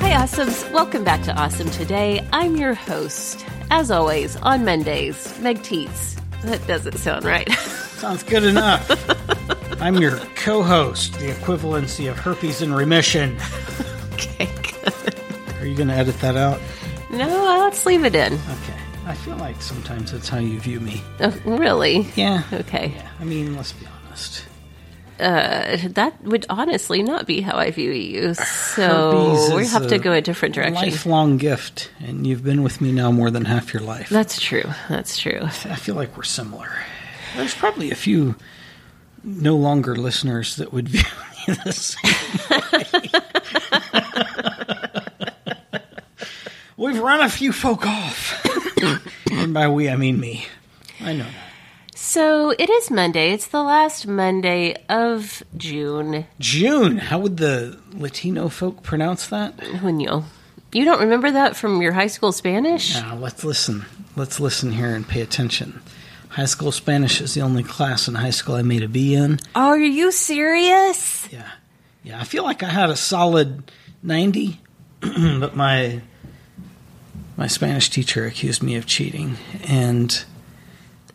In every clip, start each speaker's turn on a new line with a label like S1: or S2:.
S1: Hi, Awesomes. Welcome back to Awesome Today. I'm your host, as always, on Mondays, Meg Teets. That doesn't sound right.
S2: Sounds good enough. I'm your co host, the equivalency of herpes in remission.
S1: okay, good.
S2: Are you going to edit that out?
S1: No, let's leave it in.
S2: Okay. I feel like sometimes that's how you view me.
S1: Oh, really?
S2: Yeah.
S1: Okay.
S2: Yeah. I mean, let's be honest.
S1: Uh, that would honestly not be how I view you. So
S2: Herpes
S1: we
S2: is
S1: have to
S2: a
S1: go a different direction.
S2: Lifelong gift, and you've been with me now more than half your life.
S1: That's true. That's true.
S2: I feel like we're similar. There's probably a few no longer listeners that would view me the same way. We've run a few folk off. and by we, I mean me. I know that.
S1: So it is Monday. It's the last Monday of June.
S2: June. How would the Latino folk pronounce that?
S1: Junio. You don't remember that from your high school Spanish?
S2: Now, Uh, let's listen. Let's listen here and pay attention. High school Spanish is the only class in high school I made a B in.
S1: Are you serious?
S2: Yeah. Yeah, I feel like I had a solid 90, but my my Spanish teacher accused me of cheating and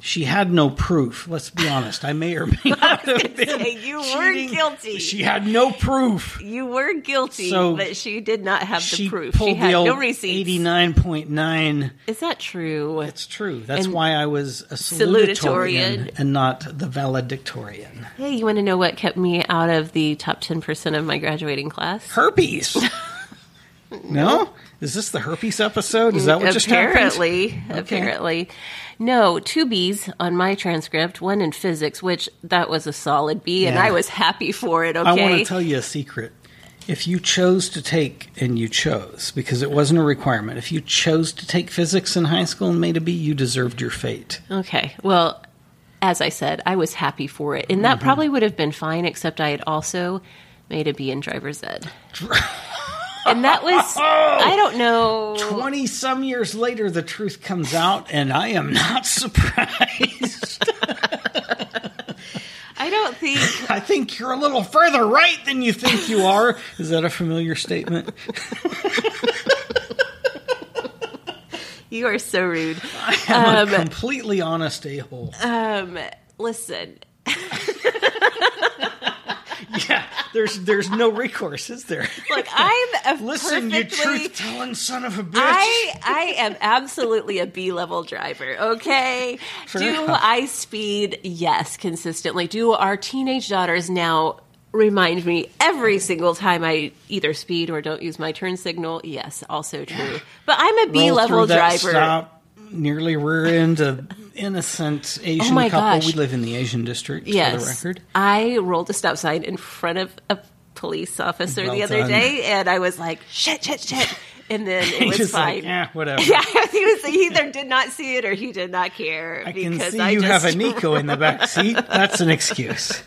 S2: she had no proof. Let's be honest. I may or may not have been.
S1: you were
S2: cheating.
S1: guilty.
S2: She had no proof.
S1: You were guilty,
S2: So,
S1: but she did not have the
S2: she
S1: proof.
S2: pulled
S1: She had
S2: the old
S1: no receipts.
S2: 89.9.
S1: Is that true?
S2: It's true. That's
S1: And
S2: why I was a
S1: salutatorian.
S2: salutatorian and not the valedictorian.
S1: hey, you want to know what kept me out of the top 10% of my graduating class?
S2: Herpes. no? Is this the herpes episode? Is that what just happened?
S1: apparently, apparently, no two B's on my transcript. One in physics, which that was a solid B, and
S2: Yeah.
S1: I was happy for it. Okay,
S2: I want to tell you a secret. If you chose to take, and you chose, because it wasn't a requirement, if you chose to take physics in high school and made a B, you deserved your fate.
S1: Okay. Well, as I said, I was happy for it. And
S2: Mm-hmm.
S1: that probably would have been fine, except I had also made a B in driver's ed. and that was, I don't know.
S2: 20 some years later, the truth comes out, and I am not surprised.
S1: I don't think,
S2: I think you're a little further right than you think you are. Is that a familiar statement?
S1: you are so rude.
S2: I'm
S1: Um,
S2: a completely honest a hole.
S1: uh, Listen,
S2: yeah, there's, there's no recourse, is there?
S1: look, I'm a
S2: Listen,
S1: perfectly-
S2: you truth telling son of a bitch.
S1: I I am absolutely a B level driver. Okay, do
S2: enough.
S1: I speed? Yes, consistently. Do our teenage daughters now remind me every single time I either speed or don't use my turn signal? Yes, also true. But I'm a B
S2: roll
S1: level
S2: through that
S1: driver.
S2: Stop, nearly rear end a innocent Asian
S1: Oh my
S2: couple.
S1: gosh.
S2: We live in the Asian district,
S1: yes,
S2: for the record.
S1: I rolled a stop sign in front of a police officer
S2: Well
S1: the other
S2: done.
S1: day, and I was like, shit, shit, shit, and then it was
S2: Just
S1: Oh, fine.
S2: like, yeah, whatever.
S1: Yeah, he was. He either did not see it or he did not care.
S2: I can
S1: because
S2: see
S1: I
S2: you
S1: just,
S2: have a Nico in the back seat. That's an excuse.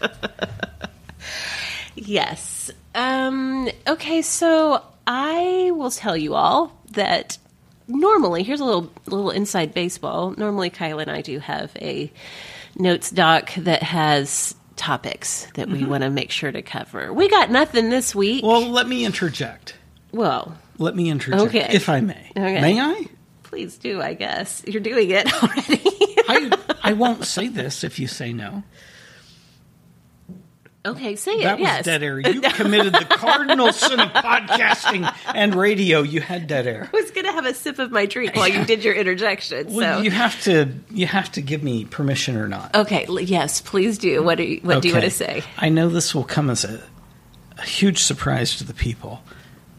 S1: Yes. Um. Okay. So I will tell you all that normally here's a little little inside baseball. Normally, Kyle and I do have a notes doc that has topics that we want to make sure to cover. We got nothing this week. Well,
S2: Mm-hmm. Well, let me interject. Let me interject,
S1: Okay.
S2: if I may.
S1: Okay.
S2: May I?
S1: please do. I guess you're doing it already.
S2: I I won't say this if you say no.
S1: okay, say it.
S2: That was
S1: yes.
S2: dead air. You committed the cardinal sin of podcasting and radio. You had dead air.
S1: I was gonna have a sip of my drink while you did your interjection.
S2: Well,
S1: so
S2: you have to you have to give me permission or not.
S1: okay, l- yes, please do. What do you, what do you want to
S2: Okay.
S1: say?
S2: I know this will come as a, a huge surprise to the people.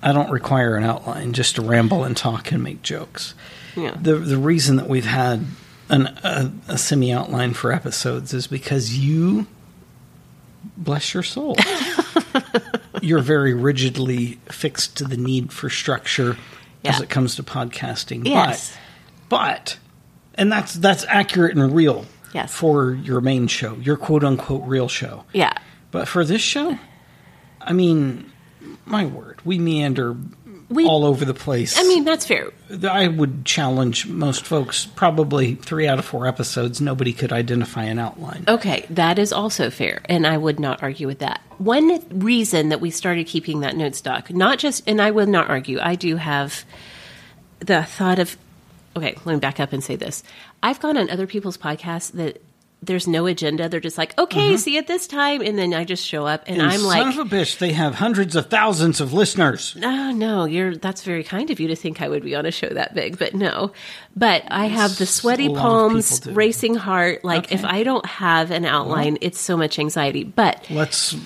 S2: I don't require an outline, just to ramble and talk and make jokes.
S1: Yeah.
S2: The the reason that we've had an, a, a semi outline for episodes is because you, bless your soul, you're very rigidly fixed to the need for structure as
S1: Yeah.
S2: it comes to podcasting.
S1: Yes.
S2: But, but and that's that's accurate and real
S1: Yes.
S2: for your main show, your quote unquote real show.
S1: Yeah.
S2: But for this show, I mean, my word, we meander
S1: We-
S2: all over the place.
S1: I mean, that's fair.
S2: I would challenge most folks. Probably three out of four episodes, nobody could identify an outline.
S1: Okay, that is also fair, and I would not argue with that. One reason that we started keeping that notes doc, not just, and I will not argue, I do have the thought of, okay, let me back up and say this. I've gone on other people's podcasts that there's no agenda. They're just like,
S2: Mm-hmm.
S1: okay, see you at this time. And then I just show up and,
S2: And
S1: I'm
S2: son
S1: like,
S2: of a bitch, they have hundreds of thousands of listeners.
S1: Oh no, you're that's very kind of you to think I would be on a show that big, but no. But I have the sweaty
S2: lot of
S1: palms,
S2: people do.
S1: racing heart. Like if I don't have an outline, it's so much anxiety. But
S2: Let's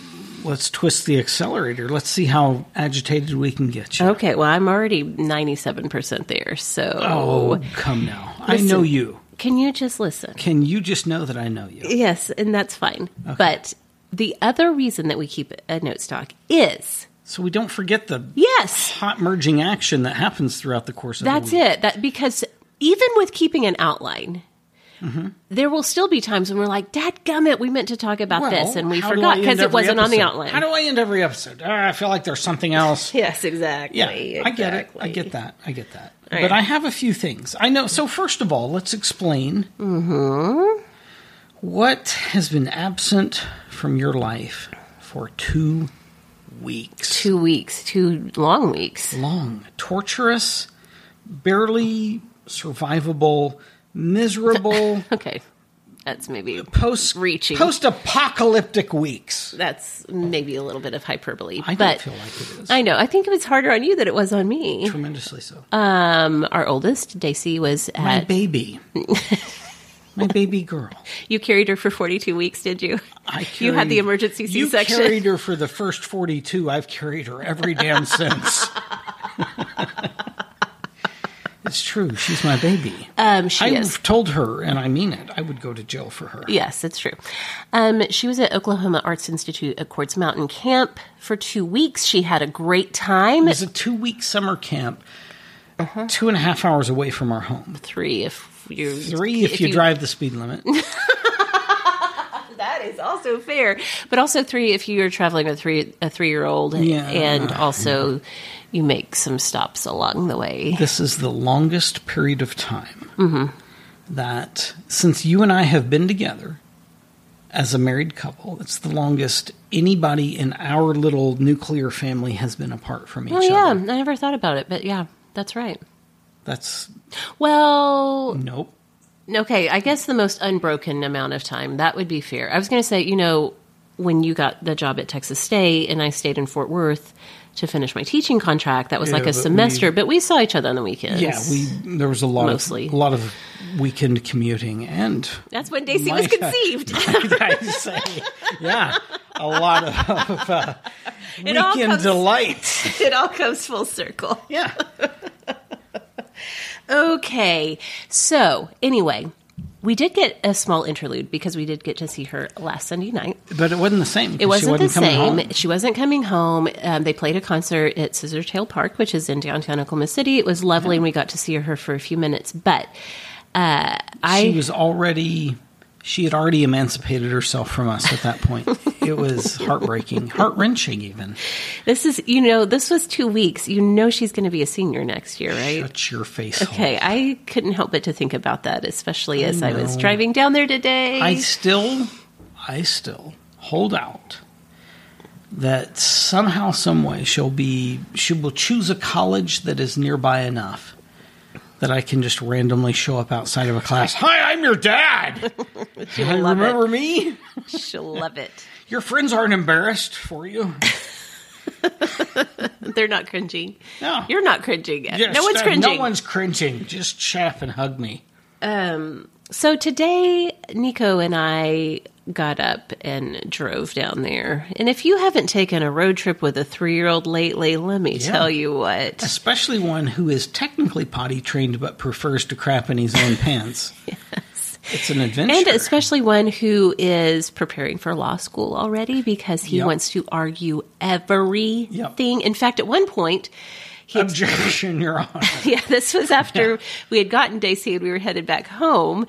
S2: let's twist the accelerator. Let's see how agitated we can get you.
S1: okay, well I'm already ninety seven percent there. So
S2: Oh, come now. I know
S1: Listen.
S2: you.
S1: can you just listen?
S2: Can you just know that I know you?
S1: Yes, and that's fine. But the other reason that we keep a note stock is
S2: So we don't forget the
S1: yes.
S2: hot merging action that happens throughout the course of
S1: That's
S2: the week.
S1: it. That because even with keeping an outline,
S2: Mm-hmm.
S1: there will still be times when we're like, "Dad, gummit, we meant to talk about this and we
S2: how do
S1: forgot
S2: I end
S1: because it
S2: every
S1: wasn't on the
S2: episode?
S1: outline."
S2: How do I end every episode? Ah, I feel like there's something else.
S1: yes, exactly.
S2: Yeah, I get it. I get that. I get that. But I have a few things. I know. So first of all, let's explain
S1: Mm-hmm.
S2: what has been absent from your life for two weeks.
S1: Two weeks, two long weeks.
S2: long, torturous, barely survivable, miserable
S1: Okay, that's maybe
S2: post
S1: Reaching.
S2: post apocalyptic weeks.
S1: that's maybe a little bit of hyperbole,
S2: I don't
S1: but
S2: feel like it is
S1: I know. I think it was harder on you than it was on me.
S2: tremendously so.
S1: Um, our oldest, Daisy, was
S2: my
S1: at.
S2: baby, my baby girl.
S1: you carried her for forty-two weeks, did you?
S2: I
S1: you had the
S2: carried-
S1: emergency
S2: You
S1: C-section.
S2: carried her for the first forty-two. I've carried her every damn since. it's true. She's my baby.
S1: um, she
S2: I've
S1: is.
S2: told her, and I mean it. I would go to jail for her.
S1: Yes, it's true. Um, she was at Oklahoma Arts Institute at Quartz Mountain Camp for two weeks. She had a great time.
S2: It was a two week summer camp,
S1: Uh-huh.
S2: two and a half hours away from our home.
S1: Three, if you
S2: Three if, you, drive the speed limit.
S1: That is also fair, but also three if you're traveling with three a three year old,
S2: Yeah.
S1: and also you make some stops along the way.
S2: this is the longest period of time
S1: Mm-hmm.
S2: that since you and I have been together as a married couple, it's the longest anybody in our little nuclear family has been apart from each
S1: Oh yeah, I
S2: other.
S1: never thought about it, but yeah, that's right.
S2: That's
S1: Well,
S2: nope.
S1: Okay, I guess the most unbroken amount of time. That would be fair. I was going to say, you know, when you got the job at Texas State and I stayed in Fort Worth to finish my teaching contract, that was
S2: Yeah,
S1: like a
S2: but we-
S1: semester, but we saw each other on the weekends.
S2: Yeah, we there was a lot
S1: Mostly.
S2: of a lot of weekend commuting and
S1: That's when Daisy
S2: My
S1: was
S2: God.
S1: conceived.
S2: I say, yeah, a lot of uh,
S1: all
S2: weekend
S1: comes-
S2: delight.
S1: it all comes full circle.
S2: Yeah,
S1: Okay. So, anyway, we did get a small interlude because we did get to see her last Sunday night.
S2: but it wasn't the same.
S1: It wasn't, the
S2: coming
S1: same.
S2: home.
S1: She wasn't coming home. Um, they played a concert at Scissortail Park, which is in downtown Oklahoma City. It was lovely, and we got to see her for a few minutes. But uh, I
S2: She was already She had already emancipated herself from us at that point. it was heartbreaking, heart wrenching, even.
S1: This is, you know, this was two weeks. You know, she's going to be a senior next year, right?
S2: Shut your face.
S1: Okay,
S2: hole.
S1: I couldn't help but to think about that, especially as I, was
S2: know.
S1: driving down there today.
S2: I still, I still hold out that somehow, some way, she'll be, she will choose a college that is nearby enough that I can just randomly show up outside of a class. Hi, I'm your dad. Hi,
S1: love it.
S2: remember me?
S1: She'll love it.
S2: Your friends aren't embarrassed for you.
S1: They're not cringing.
S2: No.
S1: You're not cringing.
S2: Yes,
S1: no one's
S2: uh,
S1: cringing.
S2: No one's cringing. Just chap and hug me.
S1: um, so today, Nico and I got up and drove down there. And if you haven't taken a road trip with a three year old lately, let me tell you what.
S2: Especially one who is technically potty trained but prefers to crap in his own pants. yes. It's an adventure.
S1: And especially one who is preparing for law school already because he
S2: Yep.
S1: wants to argue everything. In fact, at one point, he had
S2: Objection, Your Honor.
S1: yeah, this was after we had gotten Daisy and we were headed back home.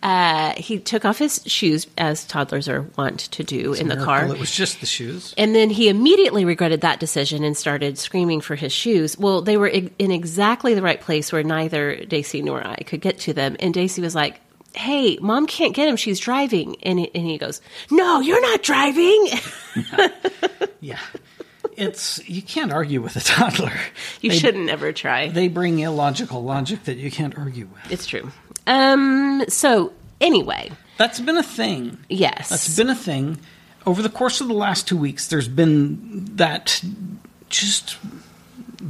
S1: Uh, he took off his shoes, as toddlers are wont to do in the car.
S2: It was just the shoes.
S1: And then he immediately regretted that decision and started screaming for his shoes. Well, they were ig- in exactly the right place where neither Daisy nor I could get to them. And Daisy was like, Hey, mom can't get him. She's driving. And he, and he goes, No, you're not driving.
S2: Yeah. It's you can't argue with a toddler.
S1: you
S2: They-
S1: shouldn't ever try.
S2: They bring illogical logic that you can't argue with.
S1: it's true. Um, so, anyway,
S2: That's been a thing.
S1: yes.
S2: That's been a thing. Over the course of the last two weeks, there's been that just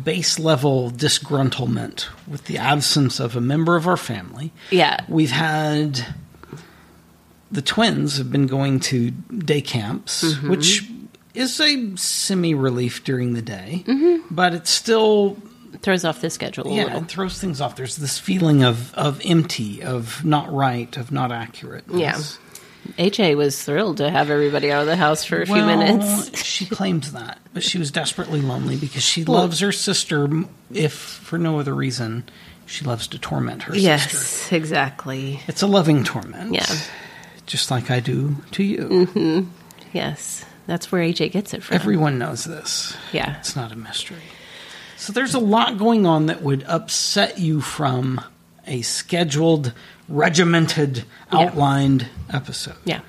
S2: base level disgruntlement with the absence of a member of our family.
S1: Yeah.
S2: We've had the twins have been going to day camps,
S1: Mm-hmm.
S2: which is a semi relief during the day, but it's still
S1: throws off the schedule Mm-hmm. a
S2: yeah,
S1: little.
S2: it throws things off. There's this feeling of of empty, of not right, of not accurate.
S1: Yeah. AJ was thrilled to have everybody out of the house for a few minutes.
S2: she claims that, but she was desperately lonely because she loves her sister, m- if for no other reason, she loves to torment her sister.
S1: Yes, exactly.
S2: It's a loving torment.
S1: Yeah. Mm-hmm.
S2: Just like I do to you.
S1: Yes. That's where AJ gets it from.
S2: Everyone knows this.
S1: Yeah.
S2: It's not a mystery. So there's a lot going on that would upset you from a scheduled, regimented, outlined episode.
S1: yeah.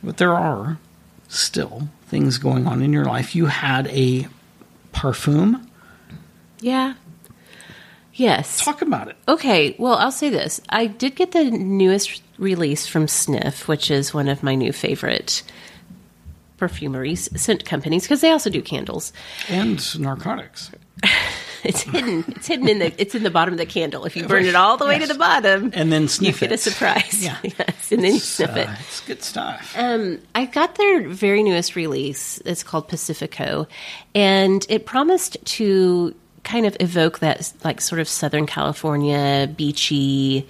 S2: But there are still things going on in your life. You had a parfum.
S1: Yeah. Yes.
S2: Talk about it.
S1: Okay, well, I'll say this. I did get the newest release from Sniff, which is one of my new favorite perfumeries, scent companies, because they also do candles.
S2: And narcotics.
S1: It's hidden. It's hidden in the. It's in the bottom of the candle. If you burn it all the way
S2: Yes.
S1: to the bottom,
S2: And then sniff
S1: you get a
S2: it.
S1: surprise.
S2: Yeah.
S1: Yes, and then you sniff
S2: Uh,
S1: it.
S2: it's good stuff.
S1: Um, I got their very newest release. It's called Pacifico, and it promised to kind of evoke that like sort of Southern California beachy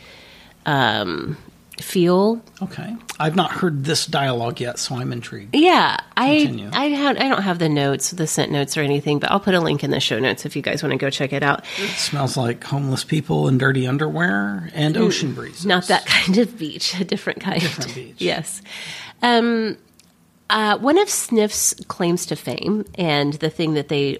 S1: um, feel.
S2: okay. I've not heard this dialogue yet, so I'm intrigued.
S1: Yeah, I
S2: Continue.
S1: I, had, I don't have the notes, the scent notes or anything, but I'll put a link in the show notes if you guys want to go check it out.
S2: It smells like homeless people in dirty underwear and ocean breezes.
S1: Mm, Not that kind of beach, a different kind.
S2: Different beach.
S1: Yes. Um, uh, one of Sniff's claims to fame and the thing that they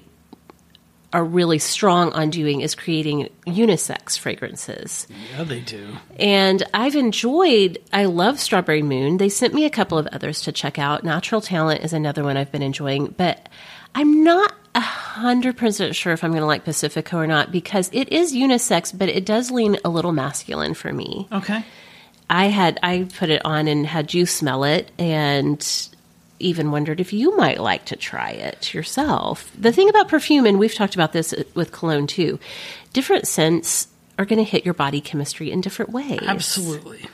S1: are really strong on doing is creating unisex fragrances.
S2: Yeah, they do.
S1: And I've enjoyed, I love Strawberry Moon. They sent me a couple of others to check out. Natural Talent is another one I've been enjoying, but I'm not 100% sure if I'm going to like Pacifico or not because it is unisex, but it does lean a little masculine for me.
S2: Okay.
S1: I had I put it on and had you smell it and even wondered if you might like to try it yourself. The thing about perfume and we've talked about this with cologne too. Different scents are going to hit your body chemistry in different ways.
S2: Absolutely.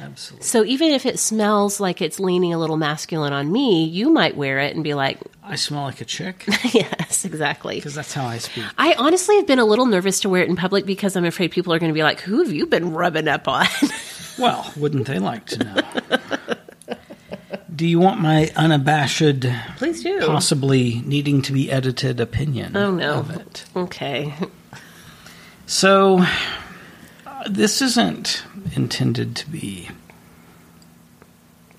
S2: Absolutely.
S1: So even if it smells like it's leaning a little masculine on me, you might wear it and be like,
S2: I smell like a chick
S1: "Yes, exactly."
S2: because that's how I speak.
S1: I honestly have been a little nervous to wear it in public because I'm afraid people are going to be like, "Who have you been rubbing up on?"
S2: Well, wouldn't they like to know? do you want my unabashed,
S1: Please do.
S2: possibly needing to be edited opinion
S1: Oh, no.
S2: of it?
S1: Okay.
S2: So, uh, this isn't intended to be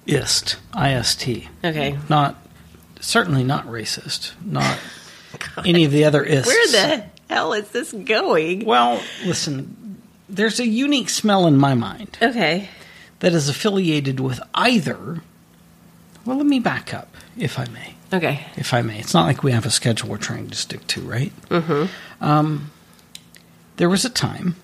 S2: ist, ist,
S1: Okay.
S2: not certainly not racist, not any of the other ists.
S1: Where the hell is this going?
S2: Well, listen, there's a unique smell in my mind
S1: Okay.
S2: that is affiliated with either. Well, let me back up, if I may.
S1: Okay.
S2: If I may, it's not like we have a schedule we're trying to stick to, right? Mm-hmm. Um, there was a time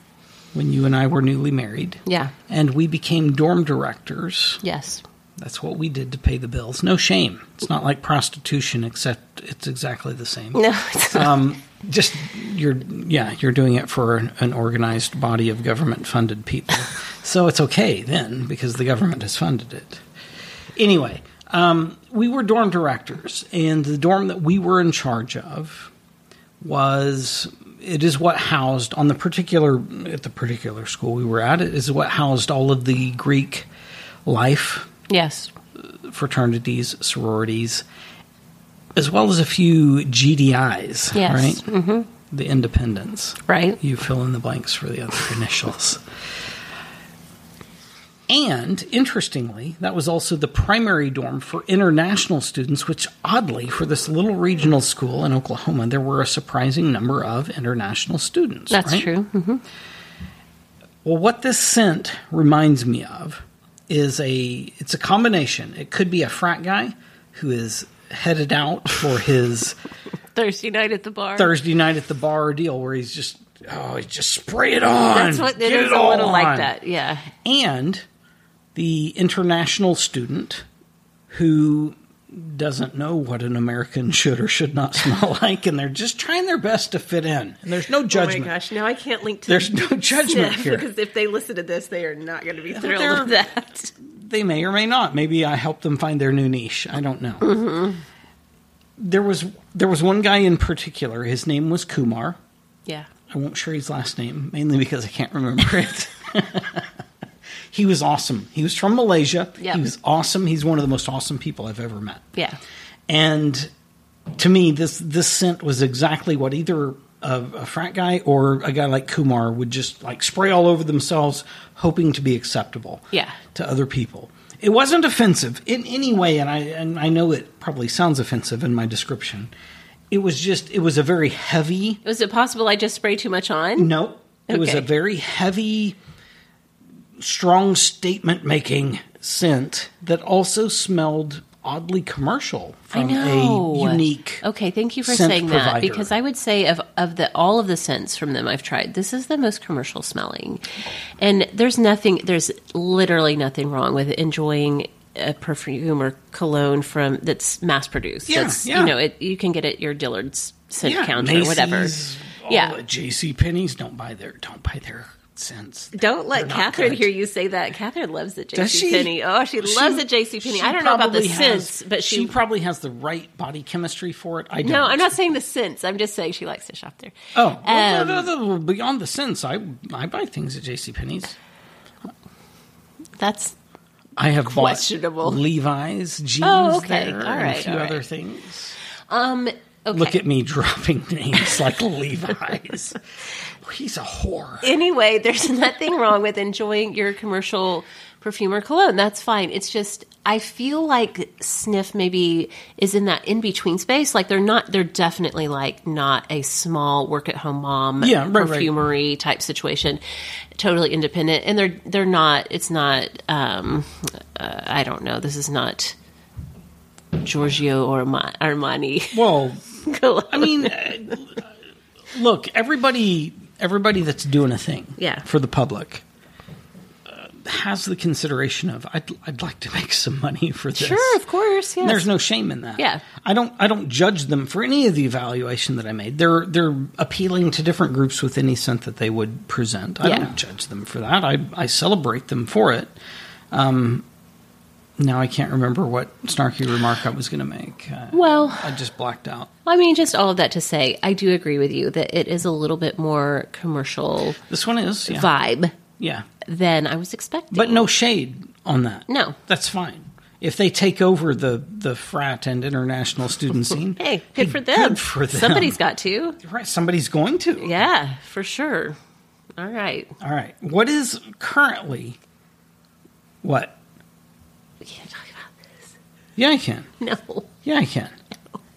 S2: when you and I were newly married,
S1: Yeah.
S2: and we became dorm directors.
S1: Yes.
S2: That's what we did to pay the bills. No shame. It's not like prostitution, except it's exactly the same.
S1: No. It's not.
S2: um, just you're yeah you're doing it for an, an organized body of government funded people so it's okay then because the government has funded it anyway um, we were dorm directors and the dorm that we were in charge of was it is what housed on the particular at the particular school we were at it is what housed all of the greek life
S1: yes.
S2: fraternities, sororities, as well as a few GDIs,
S1: Yes.
S2: right? Mm-hmm. The independents.
S1: Right.
S2: You fill in the blanks for the other initials. And interestingly, that was also the primary dorm for international students, which oddly, for this little regional school in Oklahoma, there were a surprising number of international students.
S1: That's
S2: right? Mm-hmm.
S1: true. hmm
S2: Well, what this scent reminds me of is a it's a combination. It could be a frat guy who is headed out for his
S1: Thursday night at the bar.
S2: Thursday night at the bar deal where he's just oh, he's just spray it on.
S1: That's what it
S2: Get
S1: is a little
S2: on."
S1: like that. Yeah.
S2: And the international student who doesn't know what an American should or should not smell like, and they're just trying their best to fit in. And there's no judgment.
S1: Oh my gosh! Now I can't link to
S2: There's no judgment
S1: Sniff,
S2: here.
S1: because if they listen to this, they are not going to be thrilled
S2: they're-
S1: with that.
S2: they may or may not. Maybe I helped them find their new niche. I don't know. There was there was one guy in particular. His name was Kumar.
S1: Yeah.
S2: I won't share his last name mainly because I can't remember it. he was awesome. He was from Malaysia.
S1: Yep.
S2: He was awesome. He's one of the most awesome people I've ever met.
S1: Yeah.
S2: And to me, this this scent was exactly what either a, a frat guy or a guy like Kumar would just like spray all over themselves, hoping to be acceptable.
S1: Yeah.
S2: to other people. It wasn't offensive in any way, and I and I know it probably sounds offensive in my description. It was just it was a very heavy.
S1: Was it possible I just spray too much on?
S2: No, it was
S1: Okay.
S2: a very heavy, strong statement making scent that also smelled oddly commercial
S1: I
S2: from
S1: know.
S2: a unique.
S1: Okay, thank you for
S2: scent
S1: saying that
S2: provider.
S1: because I would say of of the all of the scents from them I've tried, this is the most commercial smelling, and there's nothing. There's literally nothing wrong with enjoying a perfume or cologne from that's mass produced.
S2: Yeah,
S1: that's,
S2: yeah.
S1: You know, it, you can get it at your Dillard's scent
S2: Yeah,
S1: counter or whatever.
S2: Macy's, all
S1: Yeah.
S2: the J.C. Penney's don't buy their don't buy their scents.
S1: Don't let
S2: They're not
S1: Catherine
S2: good.
S1: hear you say that. Catherine loves the
S2: Does
S1: JC Penney. Oh, she loves the JC Penney.
S2: she
S1: I don't know about the
S2: probably has-
S1: scents, but she,
S2: probably has the right body chemistry for it. I don't.
S1: No, I'm not saying the scents. I'm just saying she likes to shop there.
S2: Oh, well,
S1: Um,
S2: no, no, no, beyond the sense, I I buy things at J.C. Penney's.
S1: That's
S2: I have bought
S1: Questionable.
S2: Levi's jeans
S1: Oh, okay.
S2: there
S1: All
S2: and
S1: right,
S2: a few
S1: all right.
S2: other things.
S1: um okay.
S2: Look at me dropping names like Levi's. He's a whore.
S1: anyway, there's nothing wrong with enjoying your commercial perfume or cologne. That's fine. It's just I feel like sniff maybe is in that in between space. Like they're not. They're definitely like not a small work at home mom
S2: Yeah, right, right.
S1: perfumery type situation. Totally independent, and they're they're not. It's not. Um, uh, I don't know. This is not. Giorgio or Armani.
S2: Well,
S1: cologne.
S2: I mean, uh, look, everybody, everybody that's doing a thing,
S1: Yeah.
S2: for the public, uh, has the consideration of I'd I'd like to make some money for this.
S1: sure, of course. Yes.
S2: And There's no shame in that.
S1: Yeah.
S2: I don't I don't judge them for any of the evaluation that I made. They're they're appealing to different groups with any scent that they would present. I
S1: Yeah.
S2: don't judge them for that. I I celebrate them for it. Um now I can't remember what snarky remark I was going to make. Uh,
S1: well.
S2: I just blacked out.
S1: I mean, just all of that to say, I do agree with you that it is a little bit more commercial
S2: This one is yeah.
S1: vibe
S2: Yeah.
S1: than I was expecting.
S2: But no shade on that.
S1: No.
S2: That's fine. If they take over the the frat and international student scene,
S1: hey, good for them.
S2: Good for them.
S1: Somebody's got to.
S2: right. Somebody's going to.
S1: Yeah, for sure. All right.
S2: All right. What is currently what?
S1: We can't talk
S2: Yeah, I can.
S1: No.
S2: Yeah, I can.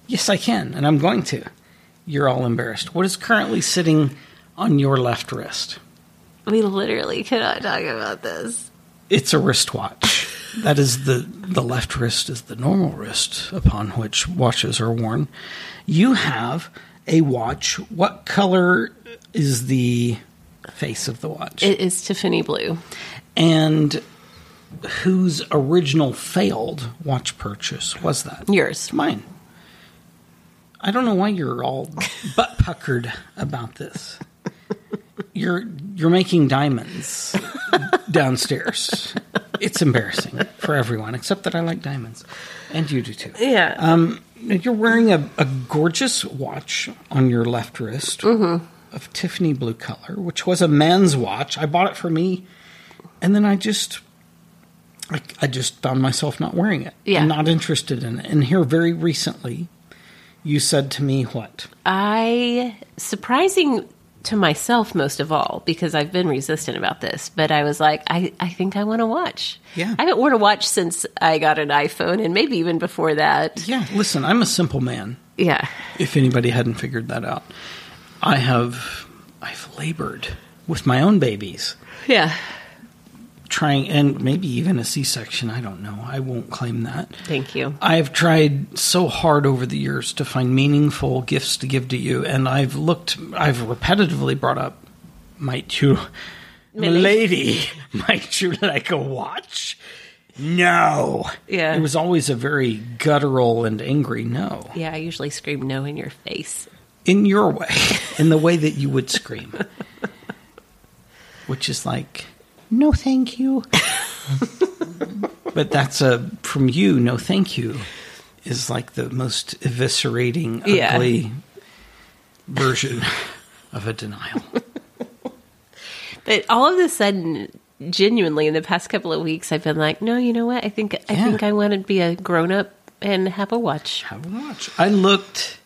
S2: Yes, I can, and I'm going to. You're all embarrassed. What is currently sitting on your left wrist?
S1: We literally cannot talk about this.
S2: It's a wristwatch. that is the the left wrist is the normal wrist upon which watches are worn. You have a watch. What color is the face of the watch?
S1: It is Tiffany Blue.
S2: and whose original failed watch purchase was that?
S1: Yours.
S2: Mine. I don't know why you're all butt puckered about this. You're you're making diamonds downstairs. It's embarrassing for everyone, except that I like diamonds, and you do too.
S1: Yeah.
S2: You're wearing a, a gorgeous watch on your left wrist of Tiffany blue color, which was a man's watch. I bought it for me, and then I just, I, I just found myself not wearing it.
S1: Yeah.
S2: I'm not interested in it. And here, very recently, you said to me, "What?
S1: I surprising to myself most of all because I've been resistant about this, but I was like, I, I think I want to watch.
S2: Yeah.
S1: I haven't worn a watch since I got an iPhone, and maybe even before that.
S2: Yeah, listen, I'm a simple man.
S1: Yeah,
S2: If anybody hadn't figured that out, I have, I've labored with my own babies."
S1: yeah.
S2: Trying and maybe even a C section, I don't know. I won't claim that.
S1: Thank you.
S2: I've tried so hard over the years to find meaningful gifts to give to you, and I've looked, I've repetitively brought up, might you, lady, might you like a watch? No.
S1: Yeah.
S2: It was always a very guttural and angry no.
S1: Yeah, I usually scream no in your face.
S2: In your way, in the way that you would scream, which is like, no, thank you. but that's a, from you, no, thank you is like the most eviscerating,
S1: Yeah.
S2: ugly version of a denial.
S1: But all of a sudden, genuinely, in the past couple of weeks, I've been like, no, you know what? I think I
S2: Yeah.
S1: think I want to be a grown up and have a watch.
S2: Have a watch. I looked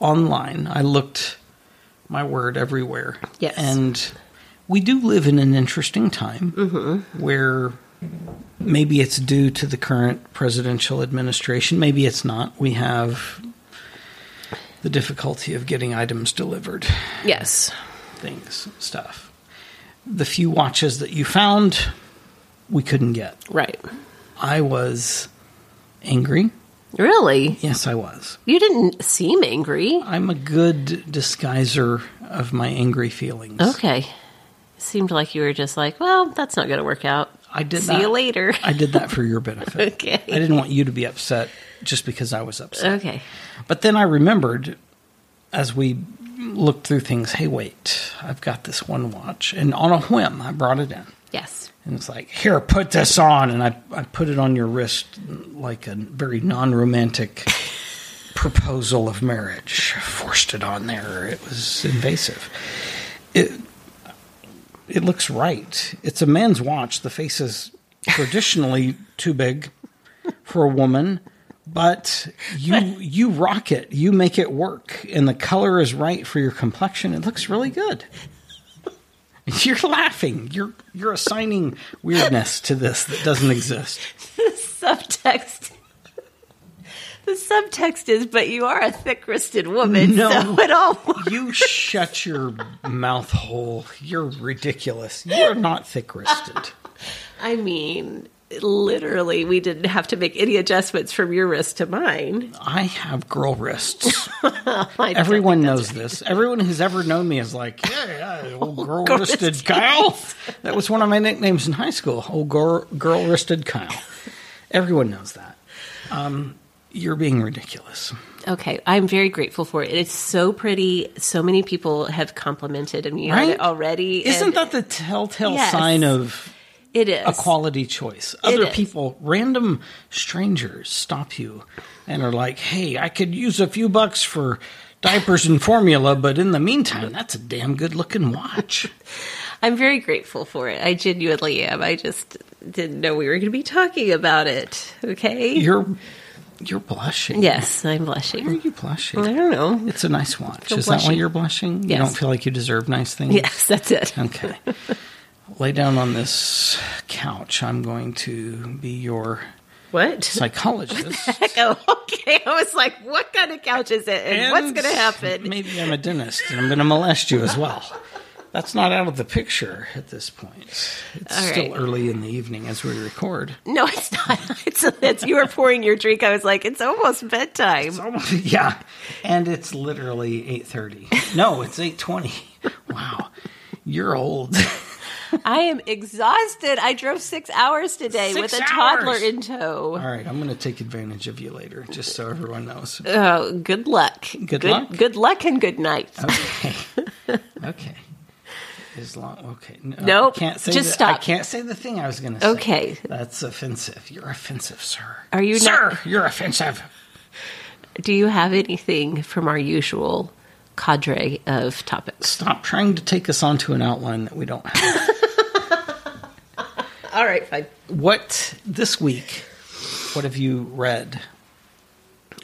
S2: online. I looked my word everywhere.
S1: Yes.
S2: And we do live in an interesting time where maybe it's due to the current presidential administration, maybe it's not. We have the difficulty of getting items delivered,
S1: Yes.
S2: things, stuff. The few watches that you found, we couldn't get.
S1: Right.
S2: I was angry.
S1: Really?
S2: Yes, I was.
S1: You didn't seem angry.
S2: I'm a good disguiser of my angry feelings.
S1: Okay. Seemed like you were just like, well, that's not going to work out.
S2: I did
S1: See you
S2: that-
S1: later.
S2: I did that for your benefit.
S1: Okay.
S2: I didn't want you to be upset just because I was upset.
S1: Okay.
S2: But then I remembered as we looked through things, hey, wait, I've got this one watch. And on a whim, I brought it in.
S1: Yes.
S2: And it's like, here, put this on. And I, I put it on your wrist like a very non romantic proposal of marriage. Forced it on there. It was invasive. It, it looks right. It's a man's watch. The face is traditionally too big for a woman. But you you rock it. You make it work, and the color is right for your complexion. It looks really good. You're laughing. You're you're assigning weirdness to this that doesn't exist.
S1: Subtext. the subtext is, but you are a thick wristed woman.
S2: No.
S1: So it all works.
S2: You shut your mouth hole. You're ridiculous. You're not thick wristed.
S1: I mean, literally, we didn't have to make any adjustments from your wrist to mine.
S2: I have girl wrists.
S1: I don't
S2: Everyone
S1: think
S2: knows this. Everyone who's ever known me is like, yeah, yeah
S1: Oh,
S2: old girl wristed Kyle. That was one of my nicknames in high school. Old girl girl wristed Kyle. Everyone knows that. Um, you're being ridiculous.
S1: Okay, I'm very grateful for it. It's so pretty. So many people have complimented me on
S2: Right?
S1: it already.
S2: Isn't
S1: and
S2: that the telltale
S1: Yes.
S2: sign of
S1: it is
S2: a quality choice. Other
S1: is.
S2: people, random strangers, stop you and are like, "Hey, I could use a few bucks for diapers and formula, but in the meantime, that's a damn good looking watch."
S1: I'm very grateful for it. I genuinely am. I just didn't know we were going to be talking about it. Okay.
S2: You're you're blushing.
S1: yes, I'm
S2: Why are
S1: blushing.
S2: you blushing?
S1: I don't know.
S2: It's a nice watch.
S1: Feel
S2: Is that why
S1: blushing.
S2: you're blushing? You
S1: Yes.
S2: don't feel like you deserve nice things.
S1: Yes, that's it.
S2: Okay. Lay down on this couch. I'm going to be your
S1: What?
S2: psychologist.
S1: Oh, okay. I was like, what kind of couch is it, and, what's going to happen?
S2: Maybe I'm a dentist and I'm going to molest you as well. That's not out of the picture at this point. It's still
S1: right.
S2: early in the evening as we record.
S1: No, it's not. It's, it's you were pouring your drink. I was like, it's almost bedtime.
S2: It's almost- yeah, and it's literally eight thirty. No, it's eight twenty. Wow, you're old.
S1: I am exhausted. I drove six hours today
S2: Six
S1: with a toddler
S2: hours?
S1: in tow.
S2: All right, I'm going to take advantage of you later, just so everyone knows.
S1: Oh, good luck.
S2: Good luck?
S1: Good luck and good night.
S2: Okay. okay. As long, okay. No,
S1: Nope,
S2: I can't say
S1: just
S2: the, I
S1: stop.
S2: can't say the thing I was going to say.
S1: Okay.
S2: That's offensive. You're offensive, sir.
S1: Are you
S2: Sir,
S1: not-
S2: you're offensive.
S1: Do you have anything from our usual cadre of topics?
S2: Stop trying to take us onto an outline that we don't have.
S1: All right, fine.
S2: what this week? What have you read?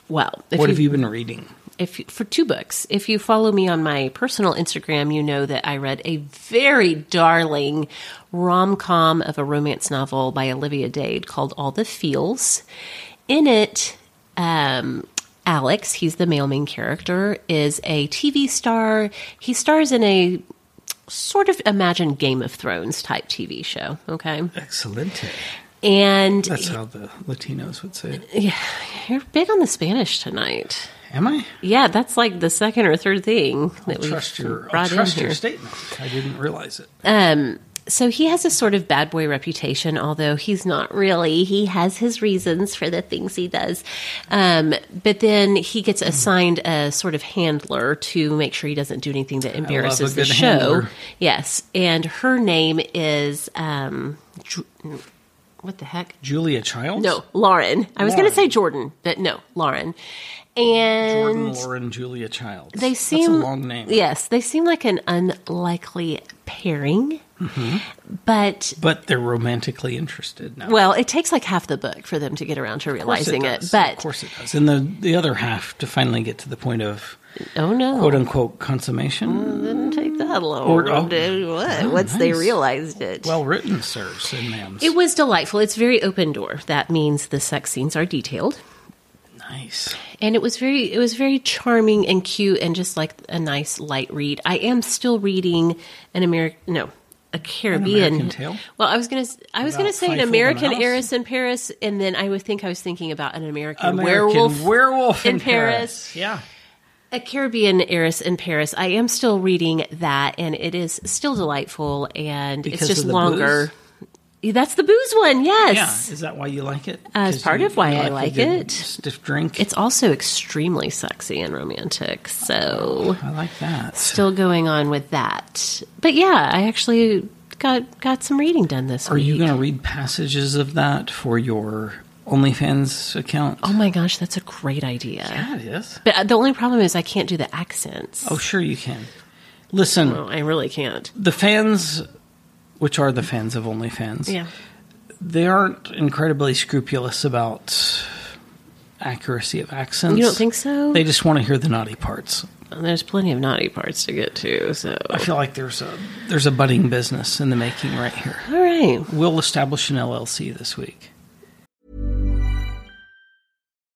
S1: Well, if
S2: what have you been reading?
S1: if you, for two books. If you follow me on my personal Instagram, you know that I read a very darling rom com of a romance novel by Olivia Dade called All the Feels. In it, um, Alex, he's the male main character, is a TV star. He stars in a sort of imagine Game of Thrones type TV show. Okay,
S2: Excellent.
S1: and
S2: That's how the Latinos would say it.
S1: you're big on the Spanish tonight.
S2: Am I?
S1: Yeah, that's like the second or third thing
S2: I'll
S1: that we
S2: trust your, I'll
S1: brought in
S2: trust
S1: here.
S2: your statement. I didn't realize it.
S1: Um, so he has a sort of bad boy reputation, although he's not really. He has his reasons for the things he does. Um, but then he gets
S2: Hmm.
S1: assigned a sort of handler to make sure he doesn't do anything that embarrasses the
S2: good
S1: show.
S2: handler.
S1: Yes. And her name is, um, Ju- what the heck?
S2: Julia Childs?
S1: No, Lauren. I was going
S2: Lauren.
S1: to say Jordan, but no, Lauren. And
S2: Jordan Lauren Julia Childs.
S1: they seem
S2: That's a long name.
S1: Yes, they seem like an unlikely pairing,
S2: Mm-hmm.
S1: but
S2: But they're romantically interested now.
S1: well, it takes like half the book for them to get around to
S2: Of course
S1: realizing it.
S2: does. of
S1: But
S2: course it does. And the the other half to finally get to the point of
S1: oh no,
S2: quote um, unquote consummation.
S1: didn't take that long.
S2: Or- oh.
S1: dude. What?
S2: Oh,
S1: Once they
S2: nice.
S1: realized it.
S2: Well written, sirs and ma'ams.
S1: it was delightful. It's very open door. That means the sex scenes are detailed.
S2: nice.
S1: and it was very it was very charming and cute and just like a nice light read. I am still reading an American no a Caribbean
S2: American Tale?
S1: Well, I was gonna s- I was
S2: About
S1: gonna say an
S2: Fievel
S1: American
S2: Mouse?
S1: heiress in Paris, and then I would think I was thinking about an American,
S2: American
S1: werewolf,
S2: werewolf in,
S1: in Paris.
S2: Yeah.
S1: a Caribbean heiress in Paris. I am still reading that, and it is still delightful, and
S2: Because
S1: it's just
S2: of the
S1: longer. That's the booze one, yes.
S2: Yeah. Is that why you like it?
S1: As
S2: 'Cause
S1: part
S2: you-
S1: of why
S2: you
S1: I
S2: a
S1: like
S2: good
S1: it.
S2: Stiff drink.
S1: It's also extremely sexy and romantic, so
S2: I like that.
S1: still going on with that. But yeah, I actually got got some reading done this
S2: Are
S1: week.
S2: you going to read passages of that for your OnlyFans account?
S1: oh my gosh, that's a great idea.
S2: yeah, it is.
S1: But uh, the only problem is I can't do the accents.
S2: Oh, sure you can. Listen,
S1: No, I really can't.
S2: the fans, which are the fans of OnlyFans,
S1: Yeah.
S2: they aren't incredibly scrupulous about accuracy of accents.
S1: You don't think so?
S2: They just want to hear the naughty parts.
S1: There's plenty of naughty parts to get to, so
S2: I feel like there's a there's a budding business in the making right here.
S1: all right.
S2: We'll establish an LLC this week.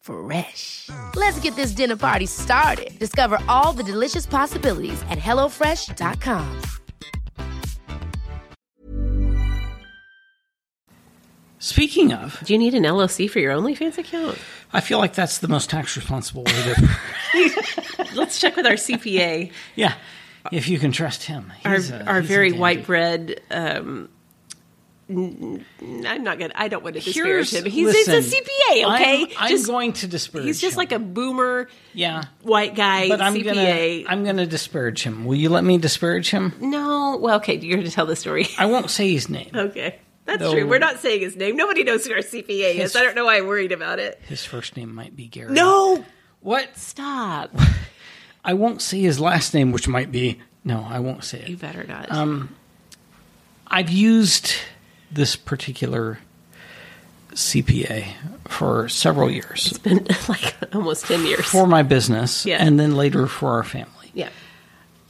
S3: Fresh. Let's get this dinner party started. Discover all the delicious possibilities at hellofresh.com.
S2: Speaking of,
S1: Do you need an LLC for your OnlyFans account?
S2: I feel like that's the most tax responsible way to.
S1: Let's check with our CPA.
S2: yeah. if you can trust him.
S1: our,
S2: He's a-
S1: our
S2: he's a
S1: very
S2: dandy.
S1: white bread. Um, n- n- I'm not gonna. I don't want to disparage
S2: Here's-
S1: him. He's, he's a
S2: listen,
S1: CPA. Okay,
S2: I'm- I'm going to disparage.
S1: He's just like a boomer.
S2: Yeah,
S1: white guy.
S2: but I'm
S1: CPA.
S2: gonna I'm gonna disparage him. Will you let me disparage him?
S1: No. Well, okay. You're gonna tell the story.
S2: I won't say his name.
S1: Mm-hmm. okay. That's
S2: No.
S1: true. We're not saying his name. Nobody knows who our CPA
S2: His-
S1: is. I don't know why I'm worried about it.
S2: His first name might be Gary.
S1: No.
S2: What?
S1: Stop.
S2: I won't say his last name, which might be no. I won't say it.
S1: You better not.
S2: Um, I've used this particular CPA for several years
S1: it's been like almost ten years.
S2: for my business,
S1: Yeah.
S2: and then later for our family.
S1: yeah.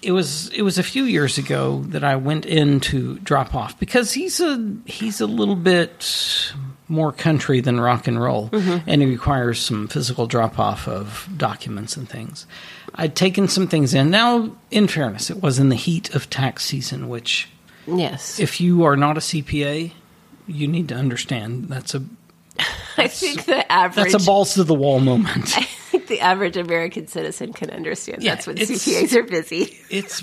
S2: it was it was a few years ago that I went in to drop off because he's a he's a little bit more country than rock and roll, and it requires some physical drop off of documents and things. I'd taken some things in. Now, in fairness, it was in the heat of tax season, which
S1: Yes.
S2: if you are not a CPA, you need to understand that's a
S1: I think the average.
S2: that's a balls to the wall moment.
S1: I think the average American citizen can understand
S2: Yeah,
S1: that's when
S2: it's-
S1: CPAs are busy.
S2: it's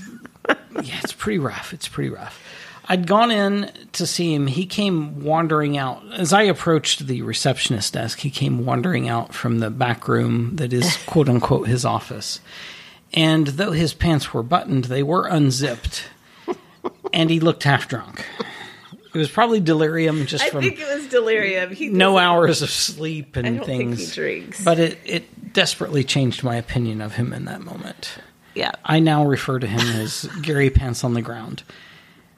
S2: yeah, it's pretty rough. It's pretty rough. I'd gone in to see him. He came wandering out as I approached the receptionist desk. He came wandering out from the back room that is quote unquote his office. And though his pants were buttoned, they were unzipped, and he looked half drunk. It was probably delirium just
S1: I
S2: from
S1: think it was delirium. He
S2: no
S1: doesn't-
S2: hours of sleep and
S1: I don't think
S2: things.
S1: he drinks.
S2: But it, it desperately changed my opinion of him in that moment.
S1: Yeah.
S2: I now refer to him as Gary Pants on the Ground,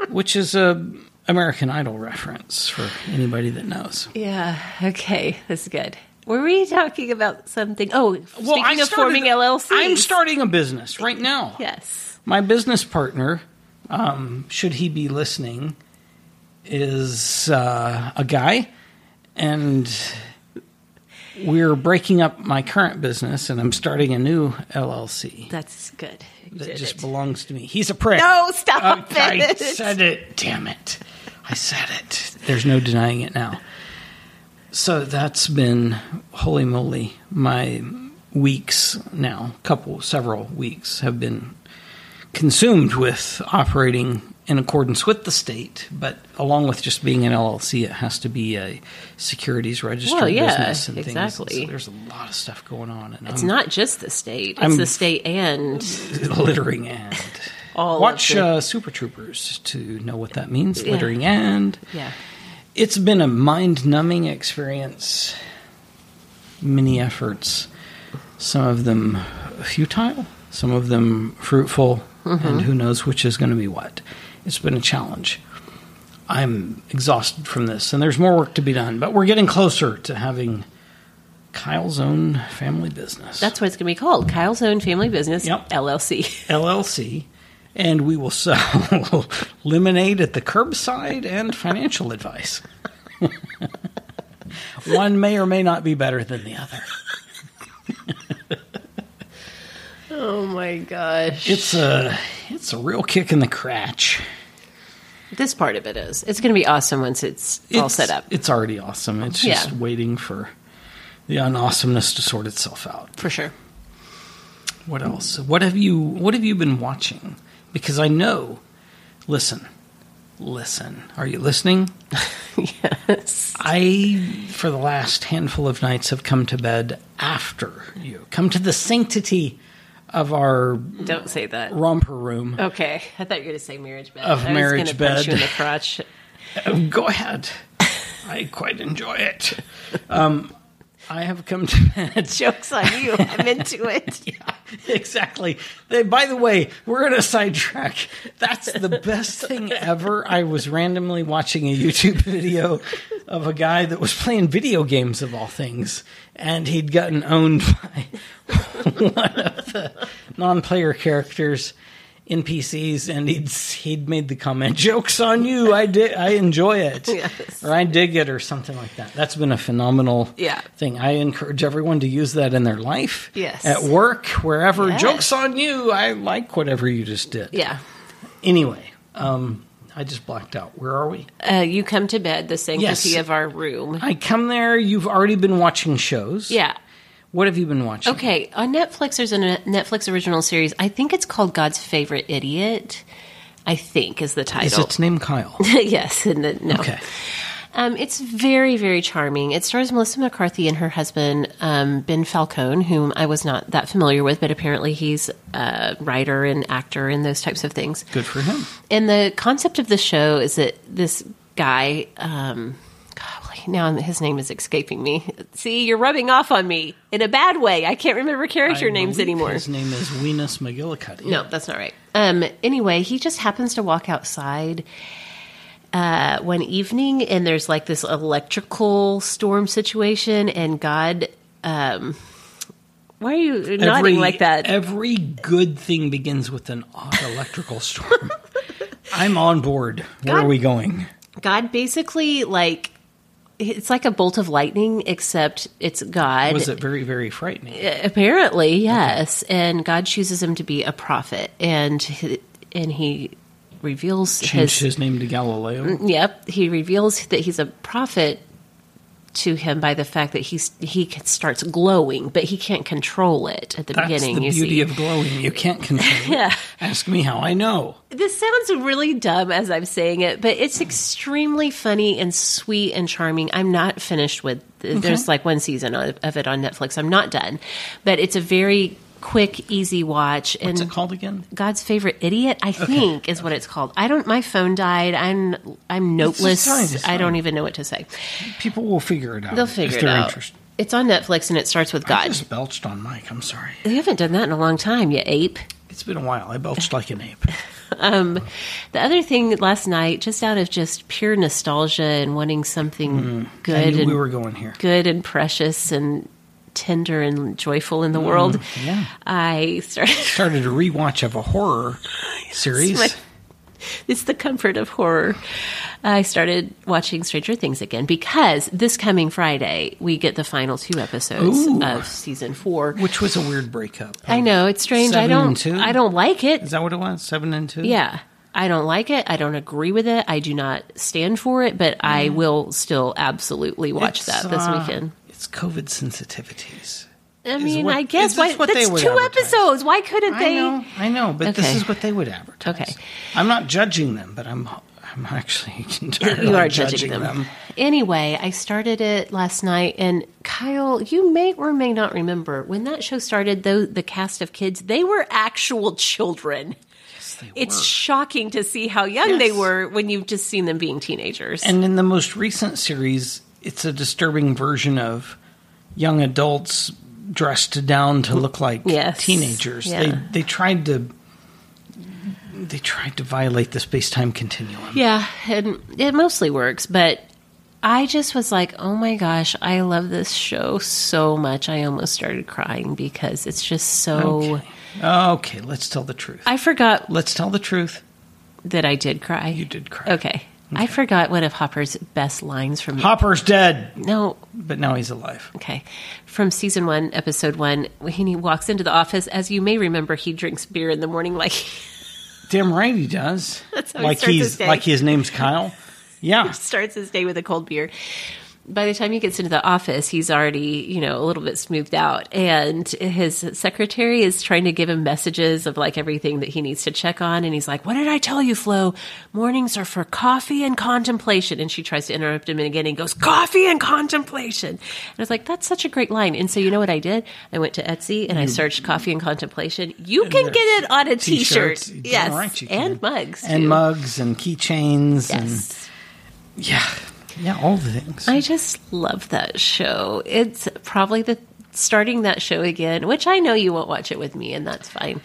S2: which is a American Idol reference for anybody that knows.
S1: Yeah. Okay. That's good. Were we talking about something? Oh, speaking
S2: I
S1: of
S2: started-
S1: forming LLC,
S2: I'm starting a business right now.
S1: Yes.
S2: My business partner, um, should he be listening, is uh, a guy, and we're breaking up my current business, and I'm starting a new LLC
S1: That's good. You
S2: that
S1: did
S2: just
S1: it.
S2: belongs to me. He's a prick.
S1: No, stop
S2: I- I
S1: it.
S2: said it. Damn it. I said it. There's no denying it now. So that's been holy moly. My weeks now, couple several weeks have been consumed with operating in accordance with the state, but along with just being an LLC, it has to be a securities registered
S1: Well, yeah,
S2: business and things.
S1: exactly.
S2: So there's a lot of stuff going on, and
S1: It's
S2: I'm
S1: not just the state; it's
S2: I'm-
S1: the state and
S2: Mm. littering and
S1: all.
S2: Watch
S1: Of the,
S2: uh, Super Troopers to know what that means. Littering and
S1: yeah.
S2: it's been a mind-numbing experience. Many efforts, some of them futile, some of them fruitful,
S1: Mm-hmm.
S2: and who knows which is going to be what. It's been a challenge. I'm exhausted from this, and there's more work to be done. But we're getting closer to having Kyle's own family business.
S1: That's what it's going to be called: Kyle's Own Family Business
S2: Yep.
S1: LLC.
S2: LLC, and we will sell lemonade at the curbside and financial advice. One may or may not be better than the other.
S1: Oh my gosh!
S2: It's a it's a real kick in the crotch.
S1: This part of it is. It's going to be awesome once it's, all
S2: It's-
S1: set up
S2: It's already awesome. It's just
S1: Yeah.
S2: waiting for the unawesomeness to sort itself out.
S1: for sure.
S2: What else? What have you What have you been watching? Because I know. Listen, listen. Are you listening?
S1: yes.
S2: I, for the last handful of nights, have come to bed after you. Come to the sanctity of our
S1: Don't say that.
S2: romper room.
S1: Okay, I thought you were going to say marriage bed.
S2: Of
S1: I was gonna
S2: marriage bed.
S1: Punch you in the crotch.
S2: Oh, go ahead. I quite enjoy it. Um, I have come to bed.
S1: Jokes on you. I'm into it.
S2: Yeah, exactly. They, by the way, we're going to sidetrack. That's the best thing ever. I was randomly watching a YouTube video of a guy that was playing video games of all things, and he'd gotten owned by one of the non-player characters. NPCs and he'd he'd made the comment jokes on you I did I enjoy it
S1: Yes.
S2: or I dig it or something like that that's been a phenomenal
S1: Yeah.
S2: thing I encourage everyone to use that in their life
S1: Yes.
S2: at work, wherever.
S1: Yes.
S2: Jokes on you. I like whatever you just did.
S1: Yeah.
S2: Anyway, um, I just blacked out. Where are we?
S1: Uh, you come to bed, the sanctity
S2: Yes.
S1: of our room.
S2: I come there. You've already been watching shows.
S1: Yeah.
S2: What have you been watching?
S1: Okay, on Netflix, there's a ne- Netflix original series. I think it's called God's Favorite Idiot. I think is the title.
S2: Is its name Kyle?
S1: yes, and the, no.
S2: Okay.
S1: Um, it's very, very charming. It stars Melissa McCarthy and her husband um, Ben Falcone, whom I was not that familiar with, but apparently he's a writer and actor and those types of things.
S2: Good for him.
S1: And the concept of the show is that this guy, um, golly, now his name is escaping me. See, you're rubbing off on me in a bad way. I can't remember character
S2: I
S1: names
S2: believe
S1: anymore.
S2: His name is Venus McGillicuddy.
S1: No, that's not right. Um, anyway, he just happens to walk outside uh, one evening, and there's like this electrical storm situation, and God. Um, why are you nodding
S2: Every-
S1: like that?
S2: Every good thing begins with an odd electrical storm. I'm on board. Where
S1: God-
S2: are we going?
S1: God basically like it's like a bolt of lightning, except it's God.
S2: Was it very, very frightening?
S1: Apparently, yes. And God chooses him to be a prophet, and he- and he reveals
S2: Changed
S1: his
S2: his name to Galileo.
S1: Yep, he reveals that he's a prophet to him by the fact that he's he can- starts glowing, but he can't control it at the
S2: That's
S1: beginning.
S2: the
S1: you
S2: beauty
S1: see,
S2: of glowing. You can't control it.
S1: yeah.
S2: Ask me how I know.
S1: This sounds really dumb as I'm saying it, but it's extremely funny and sweet and charming. I'm not finished with.
S2: Mm-hmm.
S1: There's like one season of, of it on Netflix. I'm not done, but it's a very quick, easy watch.
S2: What's
S1: and
S2: it called again?
S1: God's favorite idiot, I think, is what it's called. I don't. My phone died. I'm I'm
S2: It's
S1: noteless.
S2: fine, it's
S1: I don't
S2: fine.
S1: even know what to say.
S2: People will figure it out.
S1: They'll
S2: if
S1: figure it
S2: they're
S1: out.
S2: interested.
S1: It's on Netflix and it starts with
S2: I
S1: God.
S2: just belched on Mike. I'm sorry.
S1: They haven't done that in a long time, you ape.
S2: It's been a while. I belched like an ape.
S1: Um, the other thing last night, just out of just pure nostalgia and wanting something
S2: Hmm. I
S1: good
S2: knew
S1: and
S2: we were going here.
S1: good and precious and tender and joyful
S2: Hmm.
S1: in the world,
S2: yeah.
S1: I started.
S2: Started a rewatch of a horror series.
S1: my- it's the comfort of horror. I started watching Stranger Things again because this coming Friday we get the final two episodes
S2: Ooh.
S1: of season four.
S2: which was a weird breakup.
S1: I know it's strange. I
S2: Seven
S1: don't.
S2: and two?
S1: I don't like it.
S2: Is that what it was? Seven and two?
S1: Yeah. I don't like it. I don't agree with it. I do not stand for it, but I will still absolutely watch
S2: Mm. It's,
S1: that this
S2: uh,
S1: weekend.
S2: It's COVID sensitivities.
S1: I mean,
S2: what-
S1: I guess
S2: is
S1: why
S2: this what
S1: that's
S2: they would
S1: two
S2: advertise?
S1: episodes. Why couldn't
S2: I
S1: they?
S2: know, I know, but this
S1: Okay.
S2: is what they would advertise.
S1: Okay.
S2: I'm not judging them, but I'm I'm actually entirely
S1: You are judging, them. Anyway, I started it last night, and Kyle, you may or may not remember when that show started. Though the cast of kids, they were actual children. It's shocking to see how young they
S2: Yes.
S1: were when you've just seen them being teenagers.
S2: And in the most recent series, it's a disturbing version of young adults dressed down to look like
S1: Yes.
S2: teenagers.
S1: Yeah.
S2: They they tried to they tried to violate the space time continuum.
S1: Yeah, and it mostly works, but I just was like, oh my gosh, I love this show so much. I almost started crying because it's just so.
S2: Okay. Okay, let's tell the truth.
S1: I forgot
S2: let's tell the truth.
S1: that I did cry.
S2: You did cry.
S1: Okay. I forgot one of Hopper's best lines from.
S2: Hopper's dead,
S1: no,
S2: but now he's alive.
S1: okay. From season one, episode one, when he walks into the office, as you may remember, he drinks beer in the morning like.
S2: Damn right he does.
S1: That's how he
S2: like
S1: starts his
S2: he's
S1: day.
S2: like his name's Kyle. Yeah.
S1: starts his day with a cold beer. By the time he gets into the office, he's already, you know, a little bit smoothed out. And his secretary is trying to give him messages of like everything that he needs to check on. And he's like, What did I tell you, Flo? Mornings are for coffee and contemplation. And she tries to interrupt him again and goes, Coffee and contemplation. And I was like, That's such a great line. And so, you know what I did? I went to Etsy and I searched coffee and contemplation. You can
S2: there's
S1: get it on a t
S2: t-shirts.
S1: shirt.
S2: Damn
S1: Yes.
S2: right you
S1: and
S2: can.
S1: mugs.
S2: And
S1: too.
S2: mugs and keychains
S1: Yes.
S2: and yeah. Yeah, all the things.
S1: I just love that show. It's probably the starting that show again, which I know you won't watch it with me, and that's fine.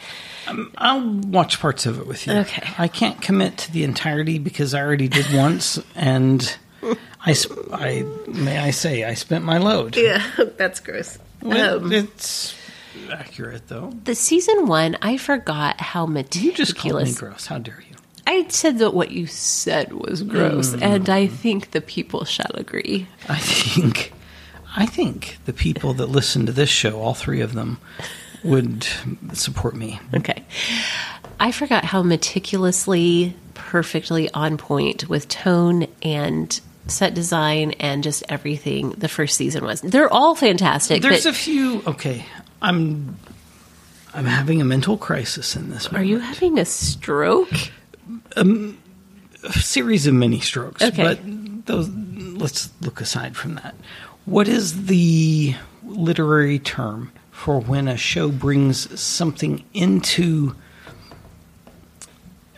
S2: I'll watch parts of it with you.
S1: Okay.
S2: I can't commit to the entirety because I already did once and I, sp- I may I say I spent my load.
S1: Yeah, Um, that's gross. Uh,
S2: Well, it's accurate though.
S1: The season one, I forgot how meticulous.
S2: You just called me gross. How dare you?
S1: I said that what you said was
S2: Mm.
S1: gross, and I think the people shall agree.
S2: I think, I think the people that listen to this show, all three of them, would support me.
S1: Okay. I forgot how meticulously, perfectly on point with tone and set design and just everything the first season was. They're all fantastic.
S2: There's
S1: but
S2: a few. Okay, I'm I'm having a mental crisis in this.
S1: are you having a stroke?
S2: Um, a series of mini strokes.
S1: Okay.
S2: but those. Let's look aside from that. What is the literary term for when a show brings something into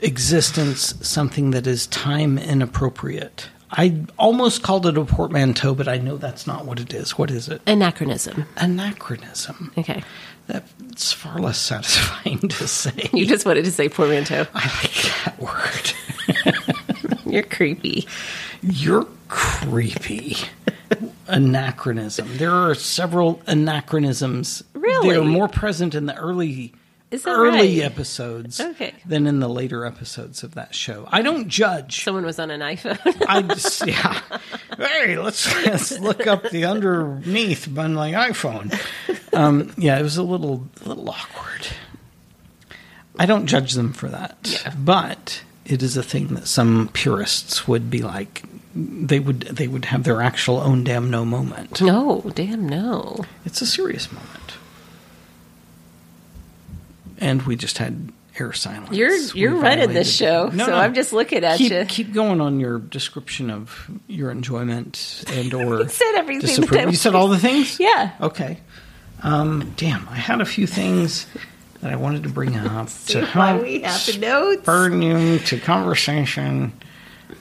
S2: existence, something that is time inappropriate? I almost called it a portmanteau, but I know that's not what it is. What is it?
S1: Anachronism.
S2: Anachronism.
S1: Okay.
S2: That's far less satisfying to say.
S1: You just wanted to say portmanteau.
S2: I like that word.
S1: You're creepy.
S2: You're creepy. Anachronism. There are several anachronisms.
S1: Really?
S2: They're more present in the early
S1: Is that
S2: early
S1: right?
S2: episodes
S1: Okay.
S2: than in the later episodes of that show. I don't judge.
S1: Someone was on an iPhone.
S2: I just yeah. Hey, let's let's look up the underneath by my iPhone. Um, yeah, it was a little a little awkward. I don't judge them for that, but it is a thing that some purists would be like. They would they would have their actual own damn no moment.
S1: no, damn no.
S2: It's a serious moment, and we just had air silence.
S1: You're-
S2: We
S1: you're running this
S2: violated-
S1: show, so I'm just looking at
S2: keep,
S1: ya.
S2: Keep going on your description of your enjoyment and or
S1: You said everything that
S2: disappro-
S1: I-
S2: You said all the things.
S1: Yeah.
S2: Okay. Um, damn, I had a few things that I wanted to bring up to
S1: Why
S2: help
S1: we have the notes.
S2: spurn you to conversation.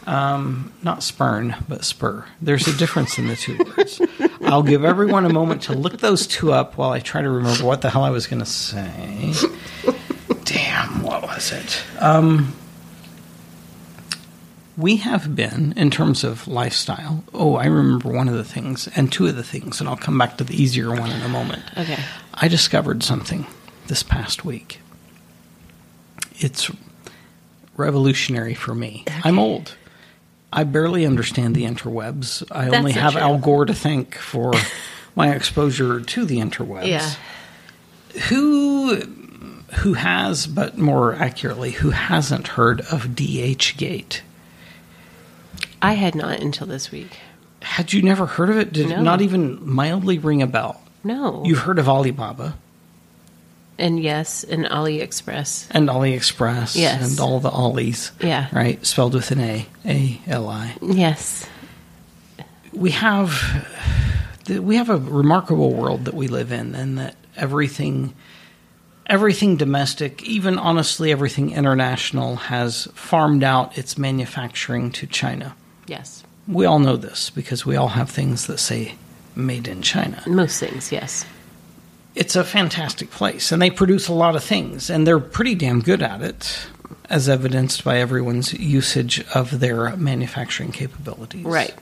S2: Um, not spurn, but spur. There's a difference in the two words. I'll give everyone a moment to look those two up while I try to remember what the hell I was going to say. Damn, what was it? Um, we have been, in terms of lifestyle, oh, I remember one of the things and two of the things, and I'll come back to the easier one in a moment.
S1: Okay.
S2: I discovered something this past week. It's revolutionary for me. I'm old. I barely understand the interwebs. I
S1: That's
S2: only
S1: the
S2: have
S1: truth.
S2: Al Gore to thank for my exposure to the interwebs.
S1: Yeah.
S2: Who who has, but more accurately, who hasn't heard of DH Gate?
S1: I had not until this week.
S2: Had you never heard of it? Did
S1: No.
S2: it not even mildly ring a bell?
S1: No.
S2: You've heard of Alibaba
S1: and yes, and AliExpress.
S2: and AliExpress
S1: Yes.
S2: and all the Ollies.
S1: Yeah.
S2: Right? Spelled with an A. A L I.
S1: Yes.
S2: we have th- we have a remarkable world that we live in, and that everything everything domestic, even honestly everything international, has farmed out its manufacturing to China.
S1: Yes.
S2: We all know this because we all have things that say "Made in China."
S1: Most things, yes.
S2: It's a fantastic place, and they produce a lot of things, and they're pretty damn good at it, as evidenced by everyone's usage of their manufacturing capabilities.
S1: Right.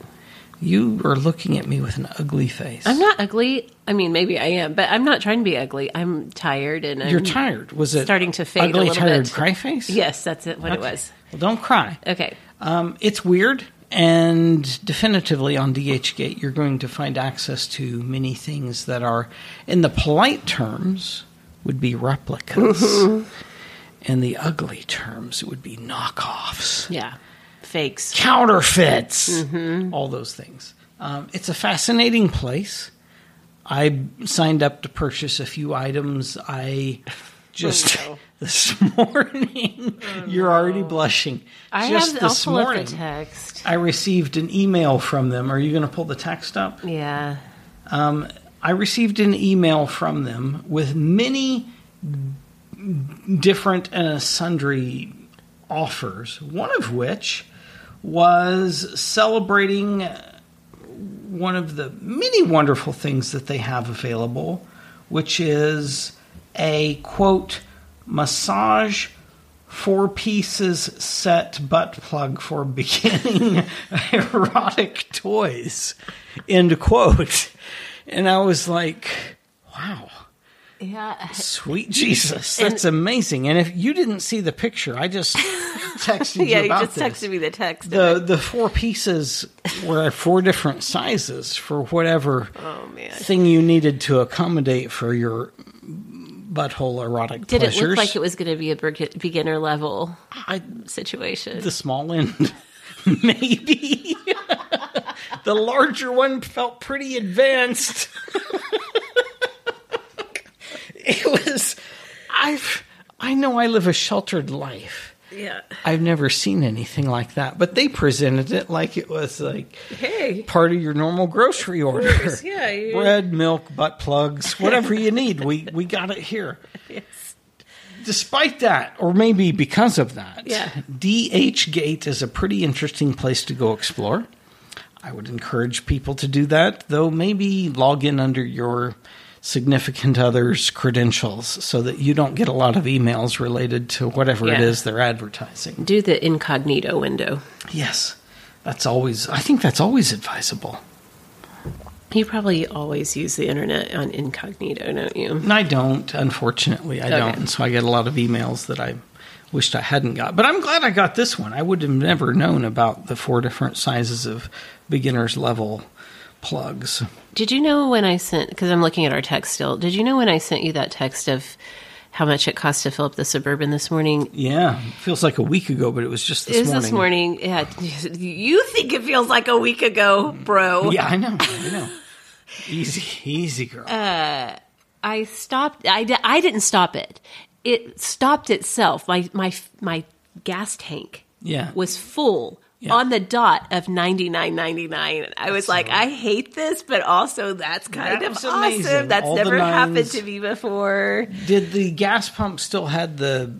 S2: You are looking at me with an ugly face.
S1: I'm not ugly. I mean, maybe I am, but I'm not trying to be ugly. I'm tired and I'm
S2: You're tired. Was it
S1: starting to fade a
S2: Ugly,
S1: little
S2: tired,
S1: bit.
S2: cry face.
S1: Yes, that's it. What it
S2: Okay.
S1: was.
S2: Well, don't cry.
S1: Okay.
S2: Um, it's weird, and definitively on DHgate, you're going to find access to many things that are, in the polite terms, would be
S1: Mm-hmm.
S2: replicas. In the ugly terms, it would be knockoffs,
S1: Yeah. Fakes.
S2: counterfeits,
S1: Mm-hmm.
S2: all those things. Um, it's a fascinating place. I signed up to purchase a few items. I just this morning. You're already blushing.
S1: Oh, I
S2: just
S1: have
S2: this
S1: I'll pull
S2: morning,
S1: up the text.
S2: I received an email from them. Are you going to pull the text up?
S1: Yeah.
S2: Um, I received an email from them with many different and sundry offers. One of which was celebrating one of the many wonderful things that they have available, which is a quote massage four pieces set butt plug for beginning erotic toys end quote and i was like wow
S1: Yeah.
S2: sweet jesus that's amazing and if you didn't see the picture i just texted
S1: Yeah,
S2: you
S1: you
S2: about
S1: just
S2: this
S1: texted me the text.
S2: the the four pieces were four different sizes for whatever
S1: Oh,
S2: thing you needed to accommodate for your butthole erotic
S1: Did
S2: pleasures.
S1: it look like it was going to be a beg- beginner level
S2: I,
S1: situation?
S2: the small end? Maybe. the larger one felt pretty advanced. it was. I've. I know I live a sheltered life.
S1: Yeah.
S2: I've never seen anything like that, but they presented it like it was like
S1: Hey.
S2: part of your normal grocery order.
S1: course, yeah, you-
S2: Bread, milk, butt plugs, whatever you need. We we got it here.
S1: Yes.
S2: Despite that, or maybe because of that,
S1: Yeah.
S2: DH Gate is a pretty interesting place to go explore. I would encourage people to do that, though maybe log in under your significant other's credentials so that you don't get a lot of emails related to whatever it
S1: Yeah.
S2: is they're advertising.
S1: Do the incognito window.
S2: Yes. That's always I think that's always advisable.
S1: You probably always use the internet on incognito, don't you?
S2: And I don't, unfortunately, I
S1: Okay.
S2: don't. And so I get a lot of emails that I wished I hadn't got. But I'm glad I got this one. I would have never known about the four different sizes of beginner's level plugs.
S1: Did you know when I sent, because I'm looking at our text still, did you know when I sent you that text of how much it cost to fill up the Suburban this morning?
S2: Yeah, feels like a week ago, but it was just this
S1: it was
S2: morning.
S1: this morning. Yeah. You think it feels like a week ago, bro.
S2: Yeah, I know. I know. easy, easy girl.
S1: Uh, I stopped. I, di- I didn't stop it. It stopped itself. My my my gas tank
S2: Yeah.
S1: was full
S2: Yeah.
S1: on the dot of ninety nine ninety nine. I was like, I hate this, but also that's kind
S2: That
S1: of
S2: was
S1: awesome.
S2: amazing.
S1: That's
S2: All the
S1: never happened
S2: nines.
S1: to me before.
S2: Did the gas pump still had the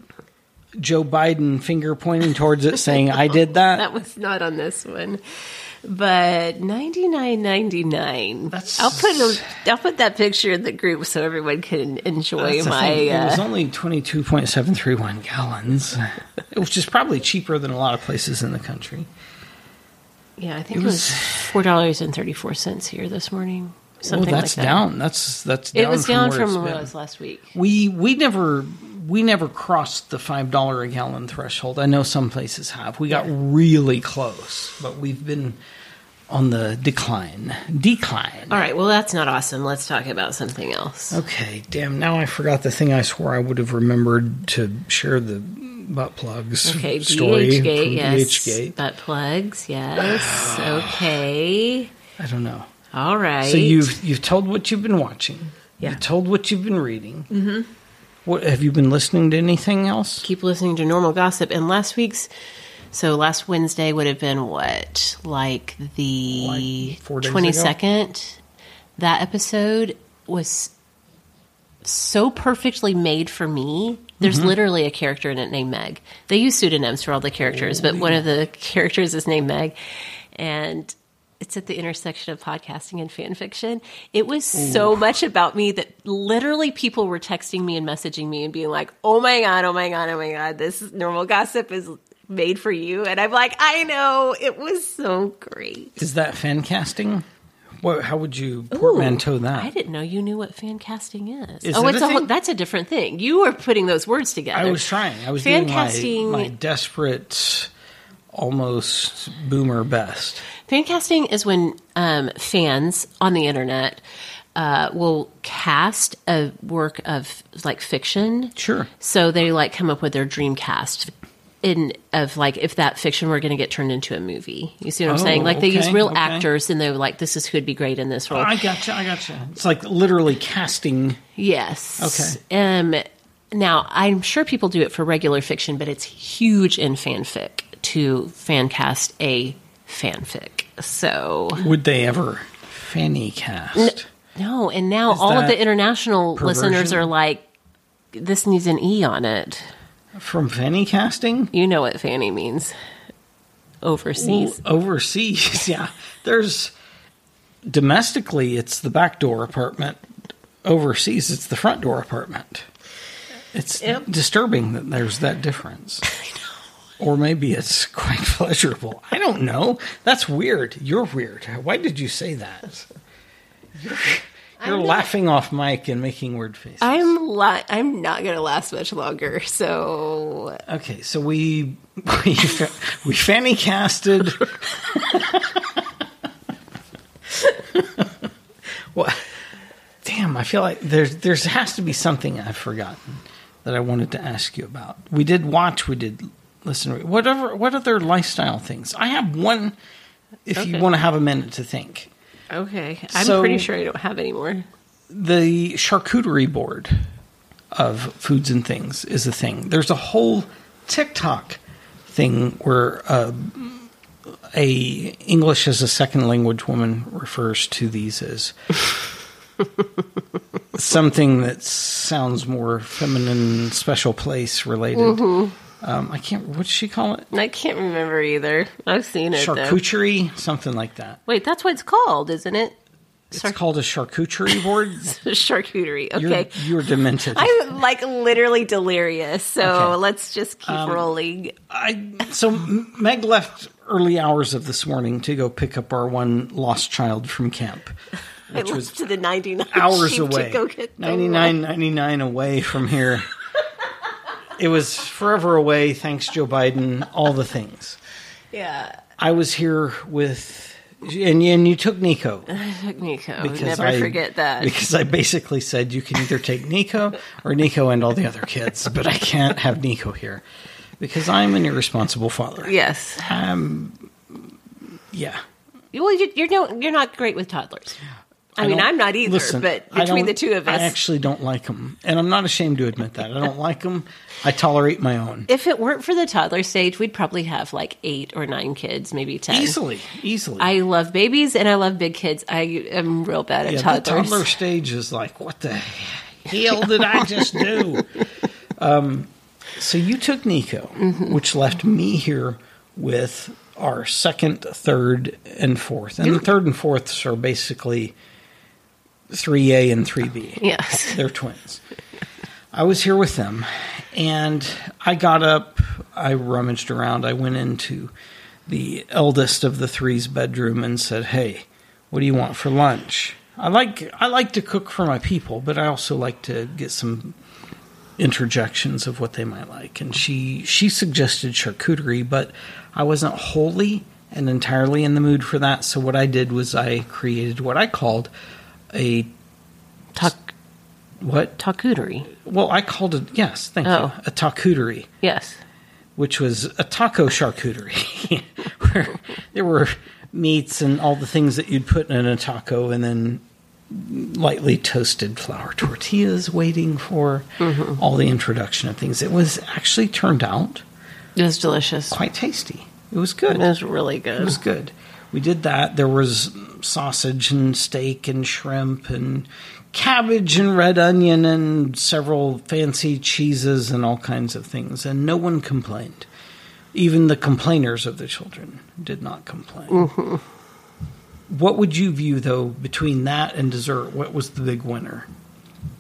S2: Joe Biden finger pointing towards it saying, I did that?
S1: That was not on this one, but ninety nine ninety nine.
S2: That's-
S1: I'll put a, I'll put that picture in the group so everyone can enjoy
S2: That's the
S1: my.
S2: thing. it was
S1: Uh,
S2: only 22.731 gallons, which is probably cheaper than a lot of places in the country.
S1: yeah, I think
S2: it
S1: it
S2: was-
S1: was four dollars and thirty four cents here this morning.
S2: Oh,
S1: Something
S2: that's
S1: like that.
S2: down. That's that's down
S1: It was down
S2: where it's
S1: from where
S2: been.
S1: it was last week.
S2: We we never we never crossed the five dollar a gallon threshold. I know some places have. We got really close, but we've been on the decline. Decline.
S1: All right, well, that's not awesome. Let's talk about something else.
S2: Okay, damn. Now I forgot the thing I swore I would have remembered to share the butt plugs
S1: Okay,
S2: story
S1: DHgate,
S2: from
S1: yes.
S2: DHgate.
S1: Butt plugs, yes. okay.
S2: I don't know.
S1: All right.
S2: So you've you've told what you've been watching.
S1: Yeah.
S2: You've told what you've been reading. Mm-hmm. What have you been listening to? Anything else?
S1: keep listening to normal gossip. And last week's, so last Wednesday would have been what, like the
S2: Like four days ago?
S1: twenty second. That episode was so perfectly made for me. There's literally a character in it named Meg. They use pseudonyms for all the characters, but one of the characters is named Meg, and. It's at the intersection of podcasting and fan fiction. It was so much about me that literally people were texting me and messaging me and being like, "Oh my god, oh my god, oh my god, this normal gossip is made for you." And I'm like, "I know, it was so great."
S2: Is that fan casting? What? How would you portmanteau that?
S1: I didn't know you knew what fan casting is.
S2: Is
S1: oh,
S2: that
S1: it's
S2: a
S1: a whole,
S2: thing?
S1: that's a different thing. You were putting those words together.
S2: I was trying. I was
S1: fan
S2: doing
S1: casting.
S2: my, my desperate, almost boomer best.
S1: fan casting is when um, fans on the internet uh, will cast a work of like fiction.
S2: Sure.
S1: So they like come up with their dream cast in of like if that fiction were going to get turned into a movie. You see what I'm
S2: Oh,
S1: saying? Like they use
S2: okay,
S1: real
S2: okay.
S1: actors and they're like, this is who'd be great in this role.
S2: I gotcha. I gotcha. It's like literally casting.
S1: Yes.
S2: Okay.
S1: Um, now, I'm sure people do it for regular fiction, but it's huge in fanfic to fan cast a fanfic. So,
S2: Would they ever fanny cast?
S1: no, and now
S2: Is
S1: all of
S2: that
S1: the international listeners
S2: perversion?
S1: are like, this needs an E on it.
S2: From fanny casting?
S1: You know what fanny means overseas.
S2: Ooh, overseas, yeah. There's domestically, it's the back door apartment. Overseas, it's the front door apartment. It's disturbing that there's that difference. Or maybe it's quite pleasurable. I don't know. That's weird. You're weird. Why did you say that? You're, you're laughing off mic and making weird faces.
S1: I'm li- I'm not going to last much longer. So,
S2: Okay, so we we fa- we fanny casted. what? Damn, I feel like there's there's has to be something I've forgotten that I wanted to ask you about. We did watch, we did listen, whatever. What other lifestyle things? I have one if
S1: Okay.
S2: you want to have a minute to think.
S1: Okay. I'm
S2: So-
S1: pretty sure I don't have any more.
S2: the charcuterie board of foods and things is a thing. There's a whole TikTok thing where uh, a English as a second language woman refers to these as something that sounds more feminine, special place related.
S1: Mhm.
S2: Um, I can't. What does she call it?
S1: I can't remember either. I've seen it. though.
S2: Charcuterie, something like that.
S1: Wait, that's what it's called, isn't it?
S2: It's called a charcuterie board.
S1: Charcuterie.
S2: You're-
S1: Okay.
S2: you're, demented.
S1: I'm like literally delirious, so
S2: Okay.
S1: let's just keep
S2: Um,
S1: rolling.
S2: I so M- Meg left early hours of this morning to go pick up our one lost child from camp,
S1: I
S2: which was
S1: left to the 99
S2: hours
S1: sheep to
S2: away,
S1: go get the
S2: ninety nine ninety nine away from here. it was forever away. Thanks, Joe Biden. All the things.
S1: Yeah.
S2: I was here with, and and you took Nico.
S1: Nico. Never forget that.
S2: Because I basically said you can either take Nico or Nico and all the other kids, but I can't have Nico here because I'm an irresponsible father.
S1: Yes.
S2: Um, yeah.
S1: Well, you- you're no, you're not great with toddlers. I, mean,
S2: don't-
S1: I'm not either,
S2: listen,
S1: but
S2: I
S1: between
S2: don't-
S1: the two of
S2: I
S1: us,
S2: actually don't like them, and I'm not ashamed to admit that. I don't like them. I tolerate my own
S1: if it weren't for the toddler stage, we'd probably have like eight or nine kids, maybe ten.
S2: easily, easily.
S1: I love babies and I love big kids. I am real bad at
S2: yeah, the
S1: toddlers.
S2: toddler stage is like, what the hell did I just do? Um, so you took Nico, which left me here with our second, third, and fourth. And the third and fourths are basically 3A and 3B.
S1: Yes.
S2: They're twins. I was here with them, and I got up, I rummaged around, I went into the eldest of the three's bedroom and said, Hey, what do you want for lunch? I like I like to cook for my people, but I also like to get some interjections of what they might like. And she she suggested charcuterie, but I wasn't wholly and entirely in the mood for that. So what I did was I created what I called a
S1: Tac-
S2: what
S1: takudery.
S2: Well, I called it yes, thank
S1: Oh.
S2: you, a takudery,
S1: Yes.
S2: which was a taco charcuterie, where there were meats and all the things that you'd put in a taco, and then lightly toasted flour tortillas waiting for all the introduction of things. It was actually turned out
S1: It was delicious.
S2: quite tasty. It was good.
S1: It was really good.
S2: It was good. We did that. There was sausage and steak and shrimp and cabbage and red onion and several fancy cheeses and all kinds of things. And no one complained. Even the complainers of the children did not complain.
S1: Mm-hmm.
S2: What would you view, though, between that and dessert? What was the big winner?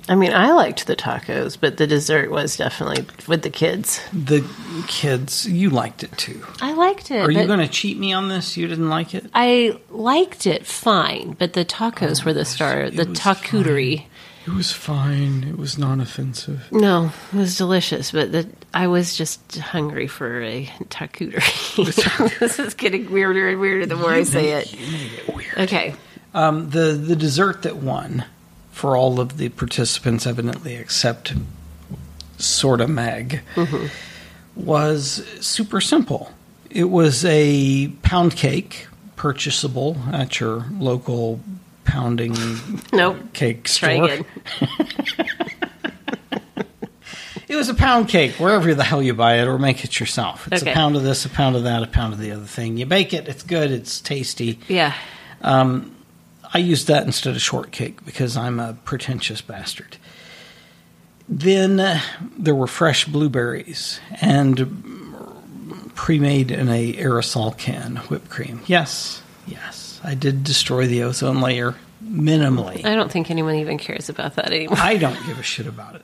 S1: I mean, I liked the tacos, but the dessert was definitely with the kids.
S2: The kids, you liked it too.
S1: I liked it.
S2: Are you
S1: but
S2: going to cheat me on this? You didn't like it?
S1: I liked it fine, but the
S2: Oh,
S1: tacos were the star. The takudery.
S2: It was fine. It was non offensive.
S1: No, it was delicious, but the, I was just hungry for a takudery. this is getting weirder and weirder the more I say it. Okay.
S2: Um, the the dessert that won for all of the participants, evidently except sorta Meg,
S1: Mm-hmm.
S2: was super simple. It was a pound cake, purchasable at your local pounding
S1: Nope.
S2: cake
S1: Try
S2: store.
S1: again.
S2: It was a pound cake, wherever the hell you buy it, or make it yourself. It's
S1: Okay.
S2: a pound of this, a pound of that, a pound of the other thing. You bake it, it's good, it's tasty.
S1: Yeah.
S2: Um, I used that instead of shortcake because I'm a pretentious bastard. Then uh, there were fresh blueberries and pre-made in a aerosol can whipped cream. Yes, yes, I did destroy the ozone layer minimally.
S1: I don't think anyone even cares about that anymore.
S2: I don't give a shit about it.